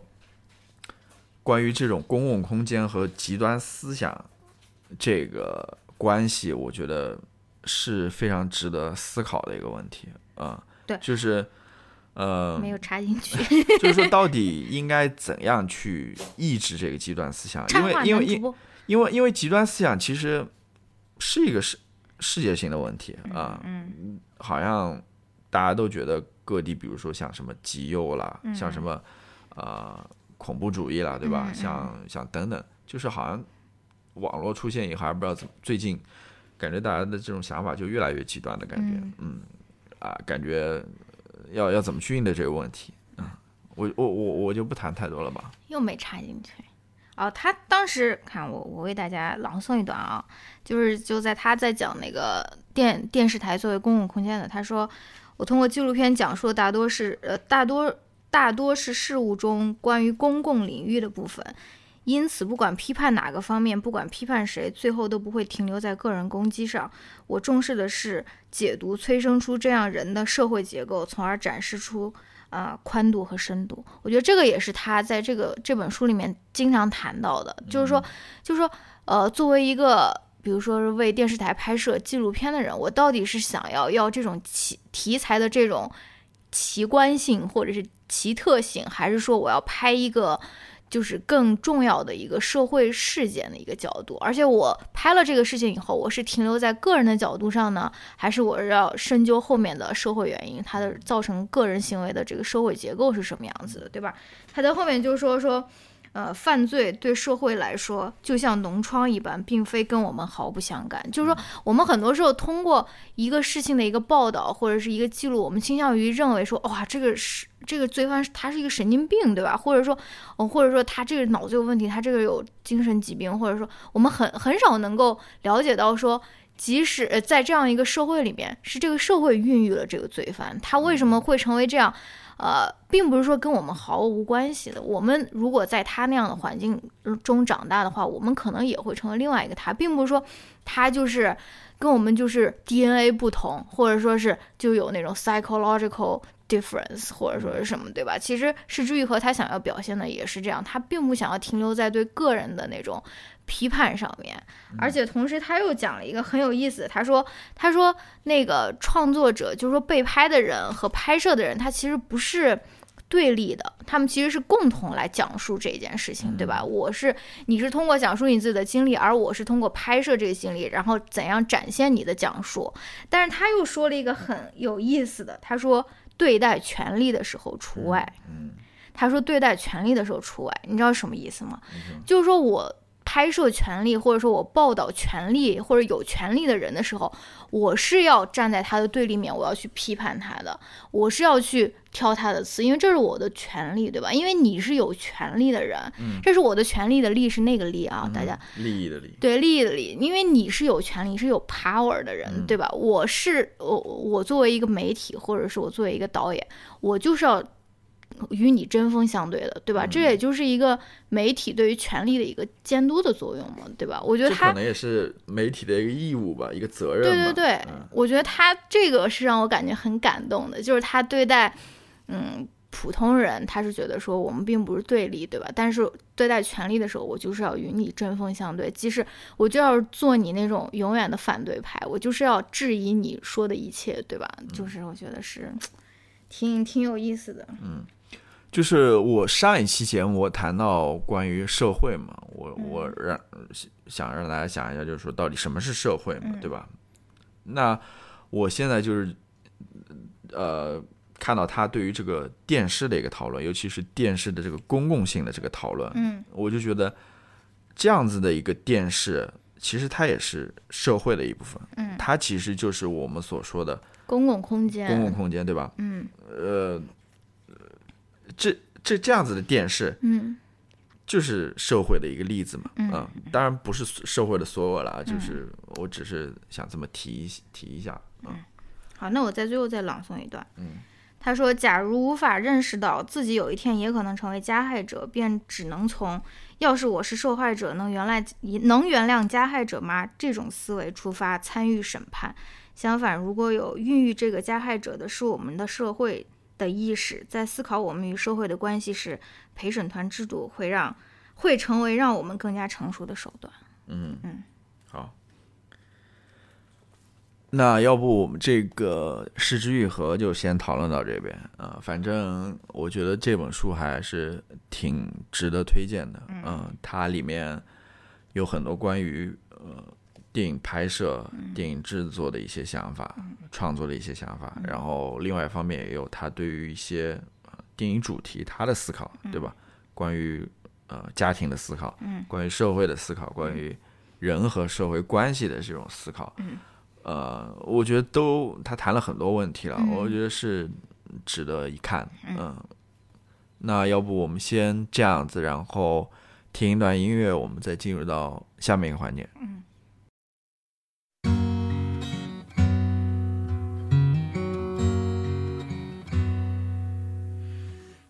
Speaker 2: 关于这种公共空间和极端思想这个关系，我觉得是非常值得思考的一个问题啊。
Speaker 3: 对
Speaker 2: 就是呃，
Speaker 3: 没有插进
Speaker 2: [laughs]
Speaker 3: 去，
Speaker 2: 就是说到底应该怎样去抑制这个极端思想？
Speaker 3: 插
Speaker 2: 因为
Speaker 3: 话
Speaker 2: 因为
Speaker 3: 男主
Speaker 2: 因
Speaker 3: 播
Speaker 2: 因为因为极端思想其实是一个世世界性的问题啊，
Speaker 3: 嗯，
Speaker 2: 好像大家都觉得各地，比如说像什么极右啦，像什么呃恐怖主义啦，对吧？
Speaker 3: 嗯嗯嗯
Speaker 2: 像像等等，就是好像网络出现以后，还不知道怎么，最近感觉大家的这种想法就越来越极端的感觉，嗯啊，感觉要要怎么去应对这个问题啊？我我我我就不谈太多了吧。
Speaker 3: 又没插进去。哦，他当时看我，我为大家朗诵一段啊，就是就在他在讲那个电电视台作为公共空间的，他说，我通过纪录片讲述的大多是呃大多大多是事物中关于公共领域的部分，因此不管批判哪个方面，不管批判谁，最后都不会停留在个人攻击上。我重视的是解读催生出这样人的社会结构，从而展示出啊宽度和深度。我觉得这个也是他在这个这本书里面经常谈到的，就是说，就是说，呃，作为一个比如说是为电视台拍摄纪录片的人，我到底是想要要这种奇题材的这种奇观性或者是奇特性，还是说我要拍一个？就是更重要的一个社会事件的一个角度，而且我拍了这个事情以后，我是停留在个人的角度上呢，还是我要深究后面的社会原因，它的造成个人行为的这个社会结构是什么样子的，对吧？他在后面就说说，呃，犯罪对社会来说就像脓疮一般，并非跟我们毫不相干。就是说，我们很多时候通过一个事情的一个报道或者是一个记录，我们倾向于认为说，哇，这个是这个罪犯是他是一个神经病，对吧？或者说，哦，或者说他这个脑子有问题，他这个有精神疾病，或者说我们很很少能够了解到说，即使呃在这样一个社会里面，是这个社会孕育了这个罪犯，他为什么会成为这样？呃，并不是说跟我们毫无关系的。我们如果在他那样的呃环境中长大的话，我们可能也会成为另外一个他，并不是说他就是跟我们就是 DNA 不同，或者说是就有那种 psychological difference，或者说是什么，对吧？其实是之愈合他想要表现的也是这样，他并不想要停留在对个人的那种批判上面，而且同时他又讲了一个很有意思，他说他说那个创作者就是说被拍的人和拍摄的人，他其实不是。对立的，他们其实是共同来讲述这件事情，对吧？我是，你是通过讲述你自己的经历，而我是通过拍摄这个经历，然后怎样展现你的讲述。但是他又说了一个很有意思的，他说对待权力的时候除外。
Speaker 2: 嗯，
Speaker 3: 他说对待权力的时候除外，你知道什么意思吗？就是说我拍摄权利，或者说我报道权利或者有权利的人的时候，我是要站在他的对立面，我要去批判他的，我是要去挑他的刺，因为这是我的权利，对吧？因为你是有权利的人，这是我的权利的利是那个利
Speaker 2: 嗯
Speaker 3: 啊，大家
Speaker 2: 利益的利，
Speaker 3: 对利益的利，因为你是有权利，你是有 power 的人，对吧？我是我我作为一个媒体，或者是我作为一个导演，我就是要与你针锋相对的，对吧？这也就是一个媒体对于权力的一个监督的作用嘛，对吧？我觉得
Speaker 2: 这
Speaker 3: 他
Speaker 2: 可能也是媒体的一个义务吧，一个责任嗯吧。
Speaker 3: 对对对，我觉得他这个是让我感觉很感动的，就是他对待嗯普通人，他是觉得说我们并不是对立，对吧？但是对待权力的时候，我就是要与你针锋相对，即使我就要做你那种永远的反对派，我就是要质疑你说的一切，对吧？
Speaker 2: 嗯
Speaker 3: 就是我觉得是挺挺有意思的，
Speaker 2: 就是我上一期节目我谈到关于社会嘛，我
Speaker 3: 嗯
Speaker 2: 我让想让大家想一下，就是说到底什么是社会
Speaker 3: 嗯
Speaker 2: 嘛，对吧？那我现在就是呃看到他对于这个电视的一个讨论，尤其是电视的这个公共性的这个讨论，
Speaker 3: 嗯，
Speaker 2: 我就觉得这样子的一个电视，其实它也是社会的一部分，
Speaker 3: 嗯，
Speaker 2: 它其实就是我们所说的
Speaker 3: 公共空间，
Speaker 2: 公共空间，对吧？
Speaker 3: 嗯
Speaker 2: 呃，这这这样子的电视
Speaker 3: 嗯
Speaker 2: 就是社会的一个例子嘛，啊
Speaker 3: 嗯
Speaker 2: 当然不是社会的所有了啊，就是我只是想这么提一提一下，嗯
Speaker 3: 好，那我在最后再朗诵一段。嗯，他说：“假如无法认识到自己有一天也可能成为加害者，便只能从‘要是我是受害者，能原谅能原谅加害者吗’这种思维出发参与审判。相反，如果有孕育这个加害者的是我们的社会的意识，在思考我们与社会的关系时，陪审团制度会让会成为让我们更加成熟的手段。
Speaker 2: 嗯
Speaker 3: 嗯，
Speaker 2: 好。那要不我们这个《失之愈合》就先讨论到这边啊、反正我觉得这本书还是挺值得推荐的，嗯、它里面有很多关于呃电影拍摄、电影制作的一些想法、创作的一些想法，然后另外一方面也有他对于一些、呃、电影主题他的思考，对吧？关于呃家庭的思考，
Speaker 3: 嗯
Speaker 2: 关于社会的思考，关于人和社会关系的这种思考，
Speaker 3: 嗯
Speaker 2: 呃，我觉得都他谈了很多问题了，
Speaker 3: 嗯
Speaker 2: 我觉得是值得一看，嗯、那要不我们先这样子，然后听一段音乐，我们再进入到下面一个环节。
Speaker 3: 嗯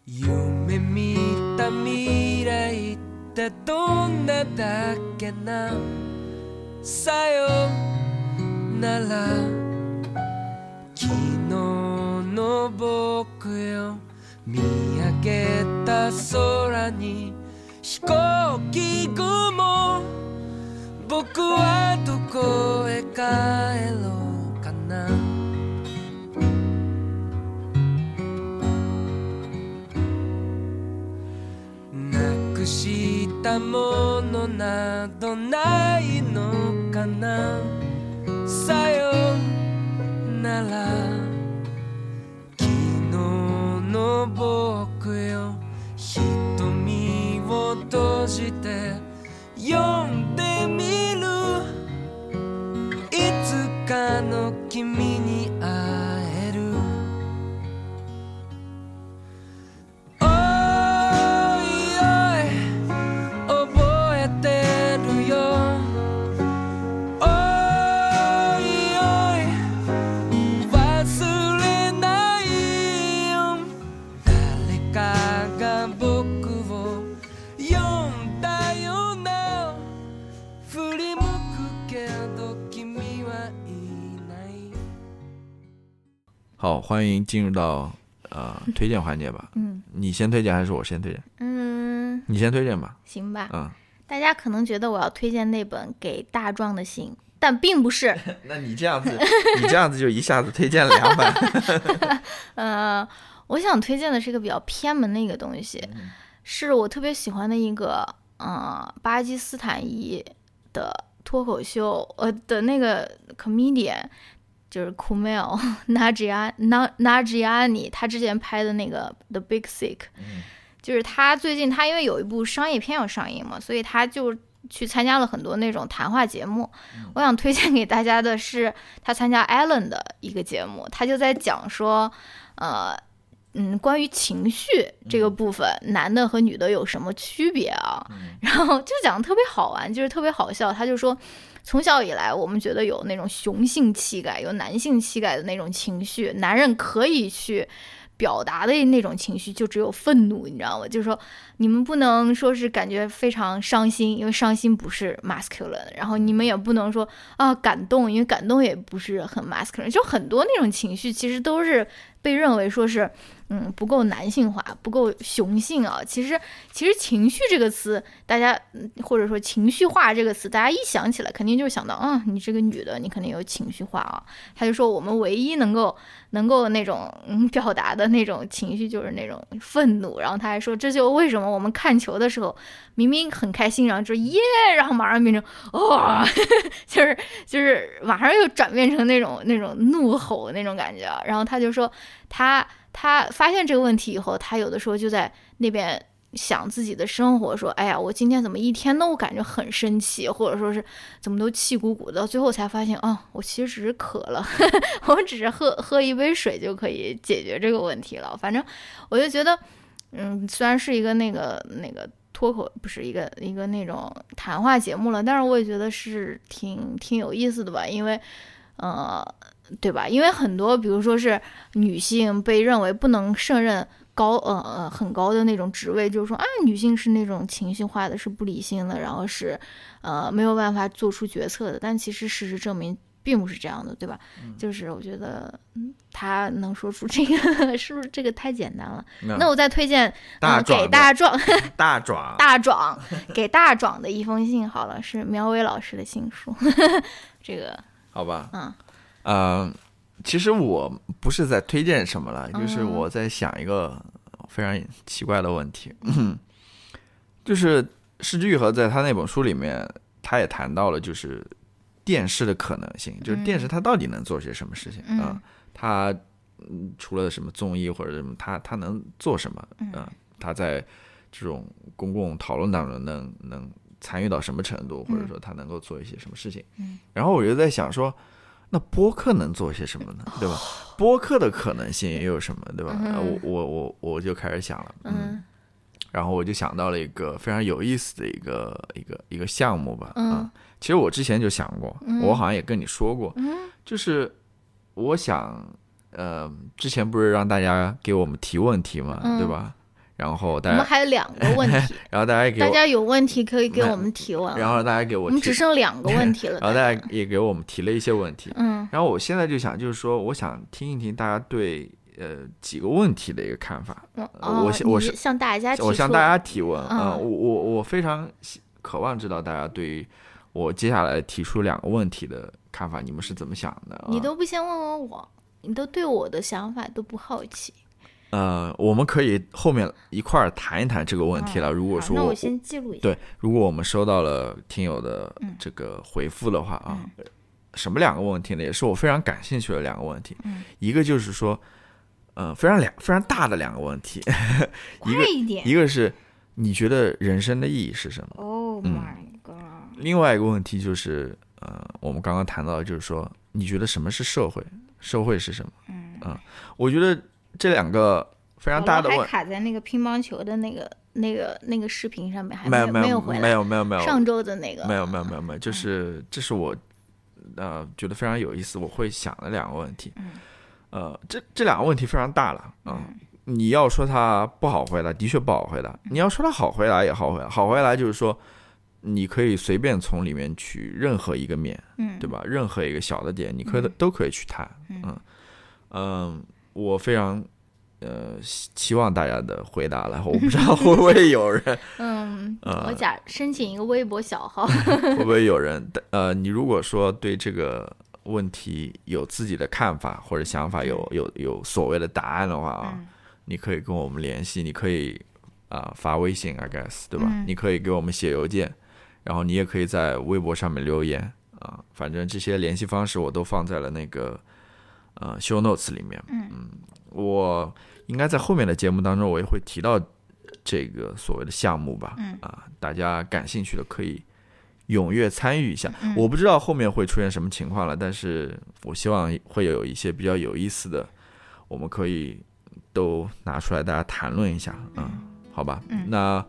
Speaker 4: 夢見た未来ってどんなだっけなさよなら昨日の僕よ見上げた空に飛行機雲僕はどこへ帰ろうかななくしたものなどないのかなさよなら昨日の僕よ瞳を閉じて読んでみるいつかの君に会える「おいおい覚えてるよ」「おいおい忘れないよ」「誰かが僕を呼んだような」「振り向くけど君は
Speaker 2: 好，欢迎进入到呃推荐环节吧。
Speaker 3: 嗯
Speaker 2: 你先推荐还是我先推荐？
Speaker 3: 嗯，
Speaker 2: 你先推荐吧。
Speaker 3: 行吧。
Speaker 2: 嗯，
Speaker 3: 大家可能觉得我要推荐那本给大壮的信，但并不是。
Speaker 2: [laughs] 那你这样 [laughs] 子，你这样子就一下子推荐了两 [laughs] 本。
Speaker 3: 呃，我想推荐的是一个比较偏门的一个东西，
Speaker 2: 嗯
Speaker 3: 是我特别喜欢的一个，呃，巴基斯坦裔的脱口秀，呃的那个 comedian，就是 Kumail [laughs] Najia Na Najiani，他之前拍的那个 The Big Sick，、就是他最近他因为有一部商业片要上映嘛，所以他就。去参加了很多那种谈话节目，我想推荐给大家的是他参加 Allen 的一个节目，他就在讲说，呃，嗯，关于情绪这个部分，男的和女的有什么区别啊？ [laughs] 然后就讲的特别好玩，就是特别好笑。他就说，从小以来，我们觉得有那种雄性气概、有男性气概的那种情绪，男人可以去。表达的那种情绪就只有愤怒，你知道吗？就是说，你们不能说是感觉非常伤心，因为伤心不是 masculine，然后你们也不能说啊感动，因为感动也不是很 masculine，就很多那种情绪其实都是被认为说是嗯不够男性化、不够雄性啊。其实其实情绪这个词，大家嗯或者说情绪化这个词，大家一想起来肯定就想到啊、你这个女的你肯定有情绪化啊。他就说我们唯一能够能够那种嗯表达的那种情绪就是那种愤怒，然后他还说这就为什么我们看球的时候明明很开心，然后就耶， [laughs] 然后马上变成哦，就是就是马上又转变成那种那种怒吼那种感觉啊。然后他就说他他发现这个问题以后，他有的时候就在那边。想自己的生活，说：“哎呀，我今天怎么一天都感觉很生气，或者说是怎么都气鼓鼓的，到最后才发现，哦，我其实只是渴了，我只是喝喝一杯水就可以解决这个问题了。反正我就觉得，嗯，虽然是一个那个那个脱口，不是一个一个那种谈话节目了，但是我也觉得是挺挺有意思的吧，因为，呃，对吧？因为很多，比如说是女性被认为不能胜任。高呃呃很高的那种职位，就是说啊，女性是那种情绪化的，是不理性的，然后是呃没有办法做出决策的。但其实事实证明并不是这样的，对吧？就是我觉得嗯他能说出这个， [laughs] 是不是这个太简单了？那我再推荐、
Speaker 2: 嗯大
Speaker 3: 呃、
Speaker 2: 壮的
Speaker 3: 给
Speaker 2: 啊
Speaker 3: 大壮
Speaker 2: 大爪，
Speaker 3: 大壮 [laughs] 给大壮的一封信好了，是苗伟老师的信书。 [laughs] 这个
Speaker 2: 好吧？
Speaker 3: 嗯，
Speaker 2: 呃，其实我不是在推荐什么了，就是
Speaker 3: 嗯
Speaker 2: 我在想一个非常奇怪的问题，
Speaker 3: 嗯
Speaker 2: [clears throat] 就是施之愈合在他那本书里面，他也谈到了就是电视的可能性，就是电视它到底能做些什么事情啊、
Speaker 3: 嗯
Speaker 2: 它嗯除了什么综艺或者什么，它它能做什么？嗯、它在这种公共讨论当中能能参与到什么程度，或者说它能够做一些什么事情？
Speaker 3: 嗯、
Speaker 2: 然后我就在想说，那播客能做些什么
Speaker 3: 哦
Speaker 2: 呢？对吧？播客的可能性又有什么？对吧？呃我我我我就开始想了，
Speaker 3: 嗯
Speaker 2: 然后我就想到了一个非常有意思的一个一个一个项目吧，
Speaker 3: 嗯
Speaker 2: 啊其实我之前就想过，我好像也跟你说过，
Speaker 3: 嗯
Speaker 2: 就是我想，呃，之前不是让大家给我们提问题嘛，
Speaker 3: 嗯
Speaker 2: 对吧？然后
Speaker 3: 我
Speaker 2: 大
Speaker 3: 们
Speaker 2: 家，
Speaker 3: 还有两个问
Speaker 2: [laughs]
Speaker 3: 题，
Speaker 2: 然后大家给
Speaker 3: 大
Speaker 2: 我，
Speaker 3: 家有问题可以给我们提问啊。
Speaker 2: 然后大家给
Speaker 3: 我
Speaker 2: 我
Speaker 3: 们
Speaker 2: 提
Speaker 3: 只，剩两个问题了。
Speaker 2: [laughs] 然后大家也给我们提了一些问题，
Speaker 3: 嗯
Speaker 2: 然后我现在就想，就是说，我想听一听大家对呃几个问题的一个看法，
Speaker 3: 嗯，
Speaker 2: 呃我
Speaker 3: 哦
Speaker 2: 先我
Speaker 3: 你
Speaker 2: 是
Speaker 3: 向大家提出，
Speaker 2: 我向大家提问
Speaker 3: 嗯
Speaker 2: 啊、呃我我我非常希渴望知道大家对于我接下来提出两个问题的看法，你们是怎么想的？啊
Speaker 3: 你都不先问问我，你都对我的想法都不好奇。
Speaker 2: 呃，我们可以后面一块儿谈一谈这个问题了。如果
Speaker 3: 嗯好
Speaker 2: 说
Speaker 3: 那
Speaker 2: 我
Speaker 3: 我先记录一下。
Speaker 2: 对，如果我们收到了听友的
Speaker 3: 嗯
Speaker 2: 这个回复的话啊，什么两个问题呢？也是我非常感兴趣的两个问题。
Speaker 3: 嗯
Speaker 2: 一个就是说，呃，非常两非常大的两个问题，
Speaker 3: 快
Speaker 2: 一个
Speaker 3: 一点
Speaker 2: 一个是你觉得人生的意义是什么？
Speaker 3: ！Oh my god！
Speaker 2: 另外一个问题就是，呃，我们刚刚谈到，就是说，你觉得什么是社会？社会是什么？嗯，我觉得这两个非常大的
Speaker 3: 我
Speaker 2: 问
Speaker 3: 还，卡在那个乒乓球的那个、那个、那个视频上面，还
Speaker 2: 没
Speaker 3: 有
Speaker 2: 有
Speaker 3: 没
Speaker 2: 有
Speaker 3: 回
Speaker 2: 没
Speaker 3: 来。
Speaker 2: 有没有没有
Speaker 3: 上周的嗯那个
Speaker 2: 没有没有没有没有，就是这是我呃觉得非常有意思，我会想的两个问题。
Speaker 3: 嗯
Speaker 2: 呃，这这两个问题非常大了啊。你要说它不好回答，的确不好回答；
Speaker 3: 嗯
Speaker 2: 你要说它好回答，也好回答。好回答就是说，你可以随便从里面取任何一个面，
Speaker 3: 嗯
Speaker 2: 对吧？任何一个小的点，你可以、都可以去谈。嗯嗯、嗯我非常呃希期望大家的回答了，我不知道会不会有人，
Speaker 3: 嗯，
Speaker 2: 呃
Speaker 3: 我假申请一个微博小号， [laughs]
Speaker 2: 会不会有人，呃，你如果说对这个问题有自己的看法或者想法有，有有所谓的答案的话啊，
Speaker 1: 嗯
Speaker 2: 你可以跟我们联系，你可以啊、发微信，I guess，对吧？
Speaker 1: 嗯
Speaker 2: 你可以给我们写邮件，然后你也可以在微博上面留言啊、反正这些联系方式我都放在了那个呃 show notes 里面。嗯我应该在后面的节目当中我也会提到这个所谓的项目吧。
Speaker 1: 嗯
Speaker 2: 啊、大家感兴趣的可以。踊跃参与一下，
Speaker 3: 嗯
Speaker 2: 我不知道后面会出现什么情况了，但是我希望会有一些比较有意思的，我们可以都拿出来大家谈论一下，嗯，好吧，
Speaker 1: 嗯
Speaker 2: 那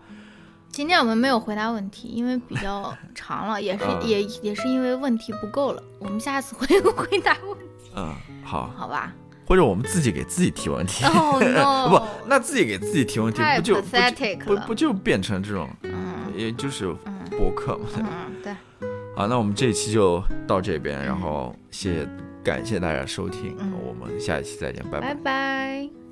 Speaker 3: 今天我们没有回答问题，因为比较
Speaker 2: [laughs]
Speaker 3: 长了，也是、
Speaker 2: 嗯
Speaker 3: 也也是因为问题不够了。我们下次会 [laughs] 回答问题，
Speaker 2: 嗯好，[laughs]
Speaker 3: 好吧
Speaker 2: 或者我们自己给自己提问题，
Speaker 3: ？Oh
Speaker 2: [laughs] 不
Speaker 3: no！，
Speaker 2: 那自己给自己提问题
Speaker 3: 太
Speaker 2: 不就不
Speaker 3: pathetic
Speaker 2: 就不
Speaker 3: 了
Speaker 2: 不就变成这种，
Speaker 3: 嗯
Speaker 2: 也就是博客嘛，对吧？
Speaker 3: 嗯，对，
Speaker 2: 好，那我们这期就到这
Speaker 3: 嗯
Speaker 2: 边，然后谢谢感谢大家收听，我们下一期再见，拜拜
Speaker 3: 拜。拜。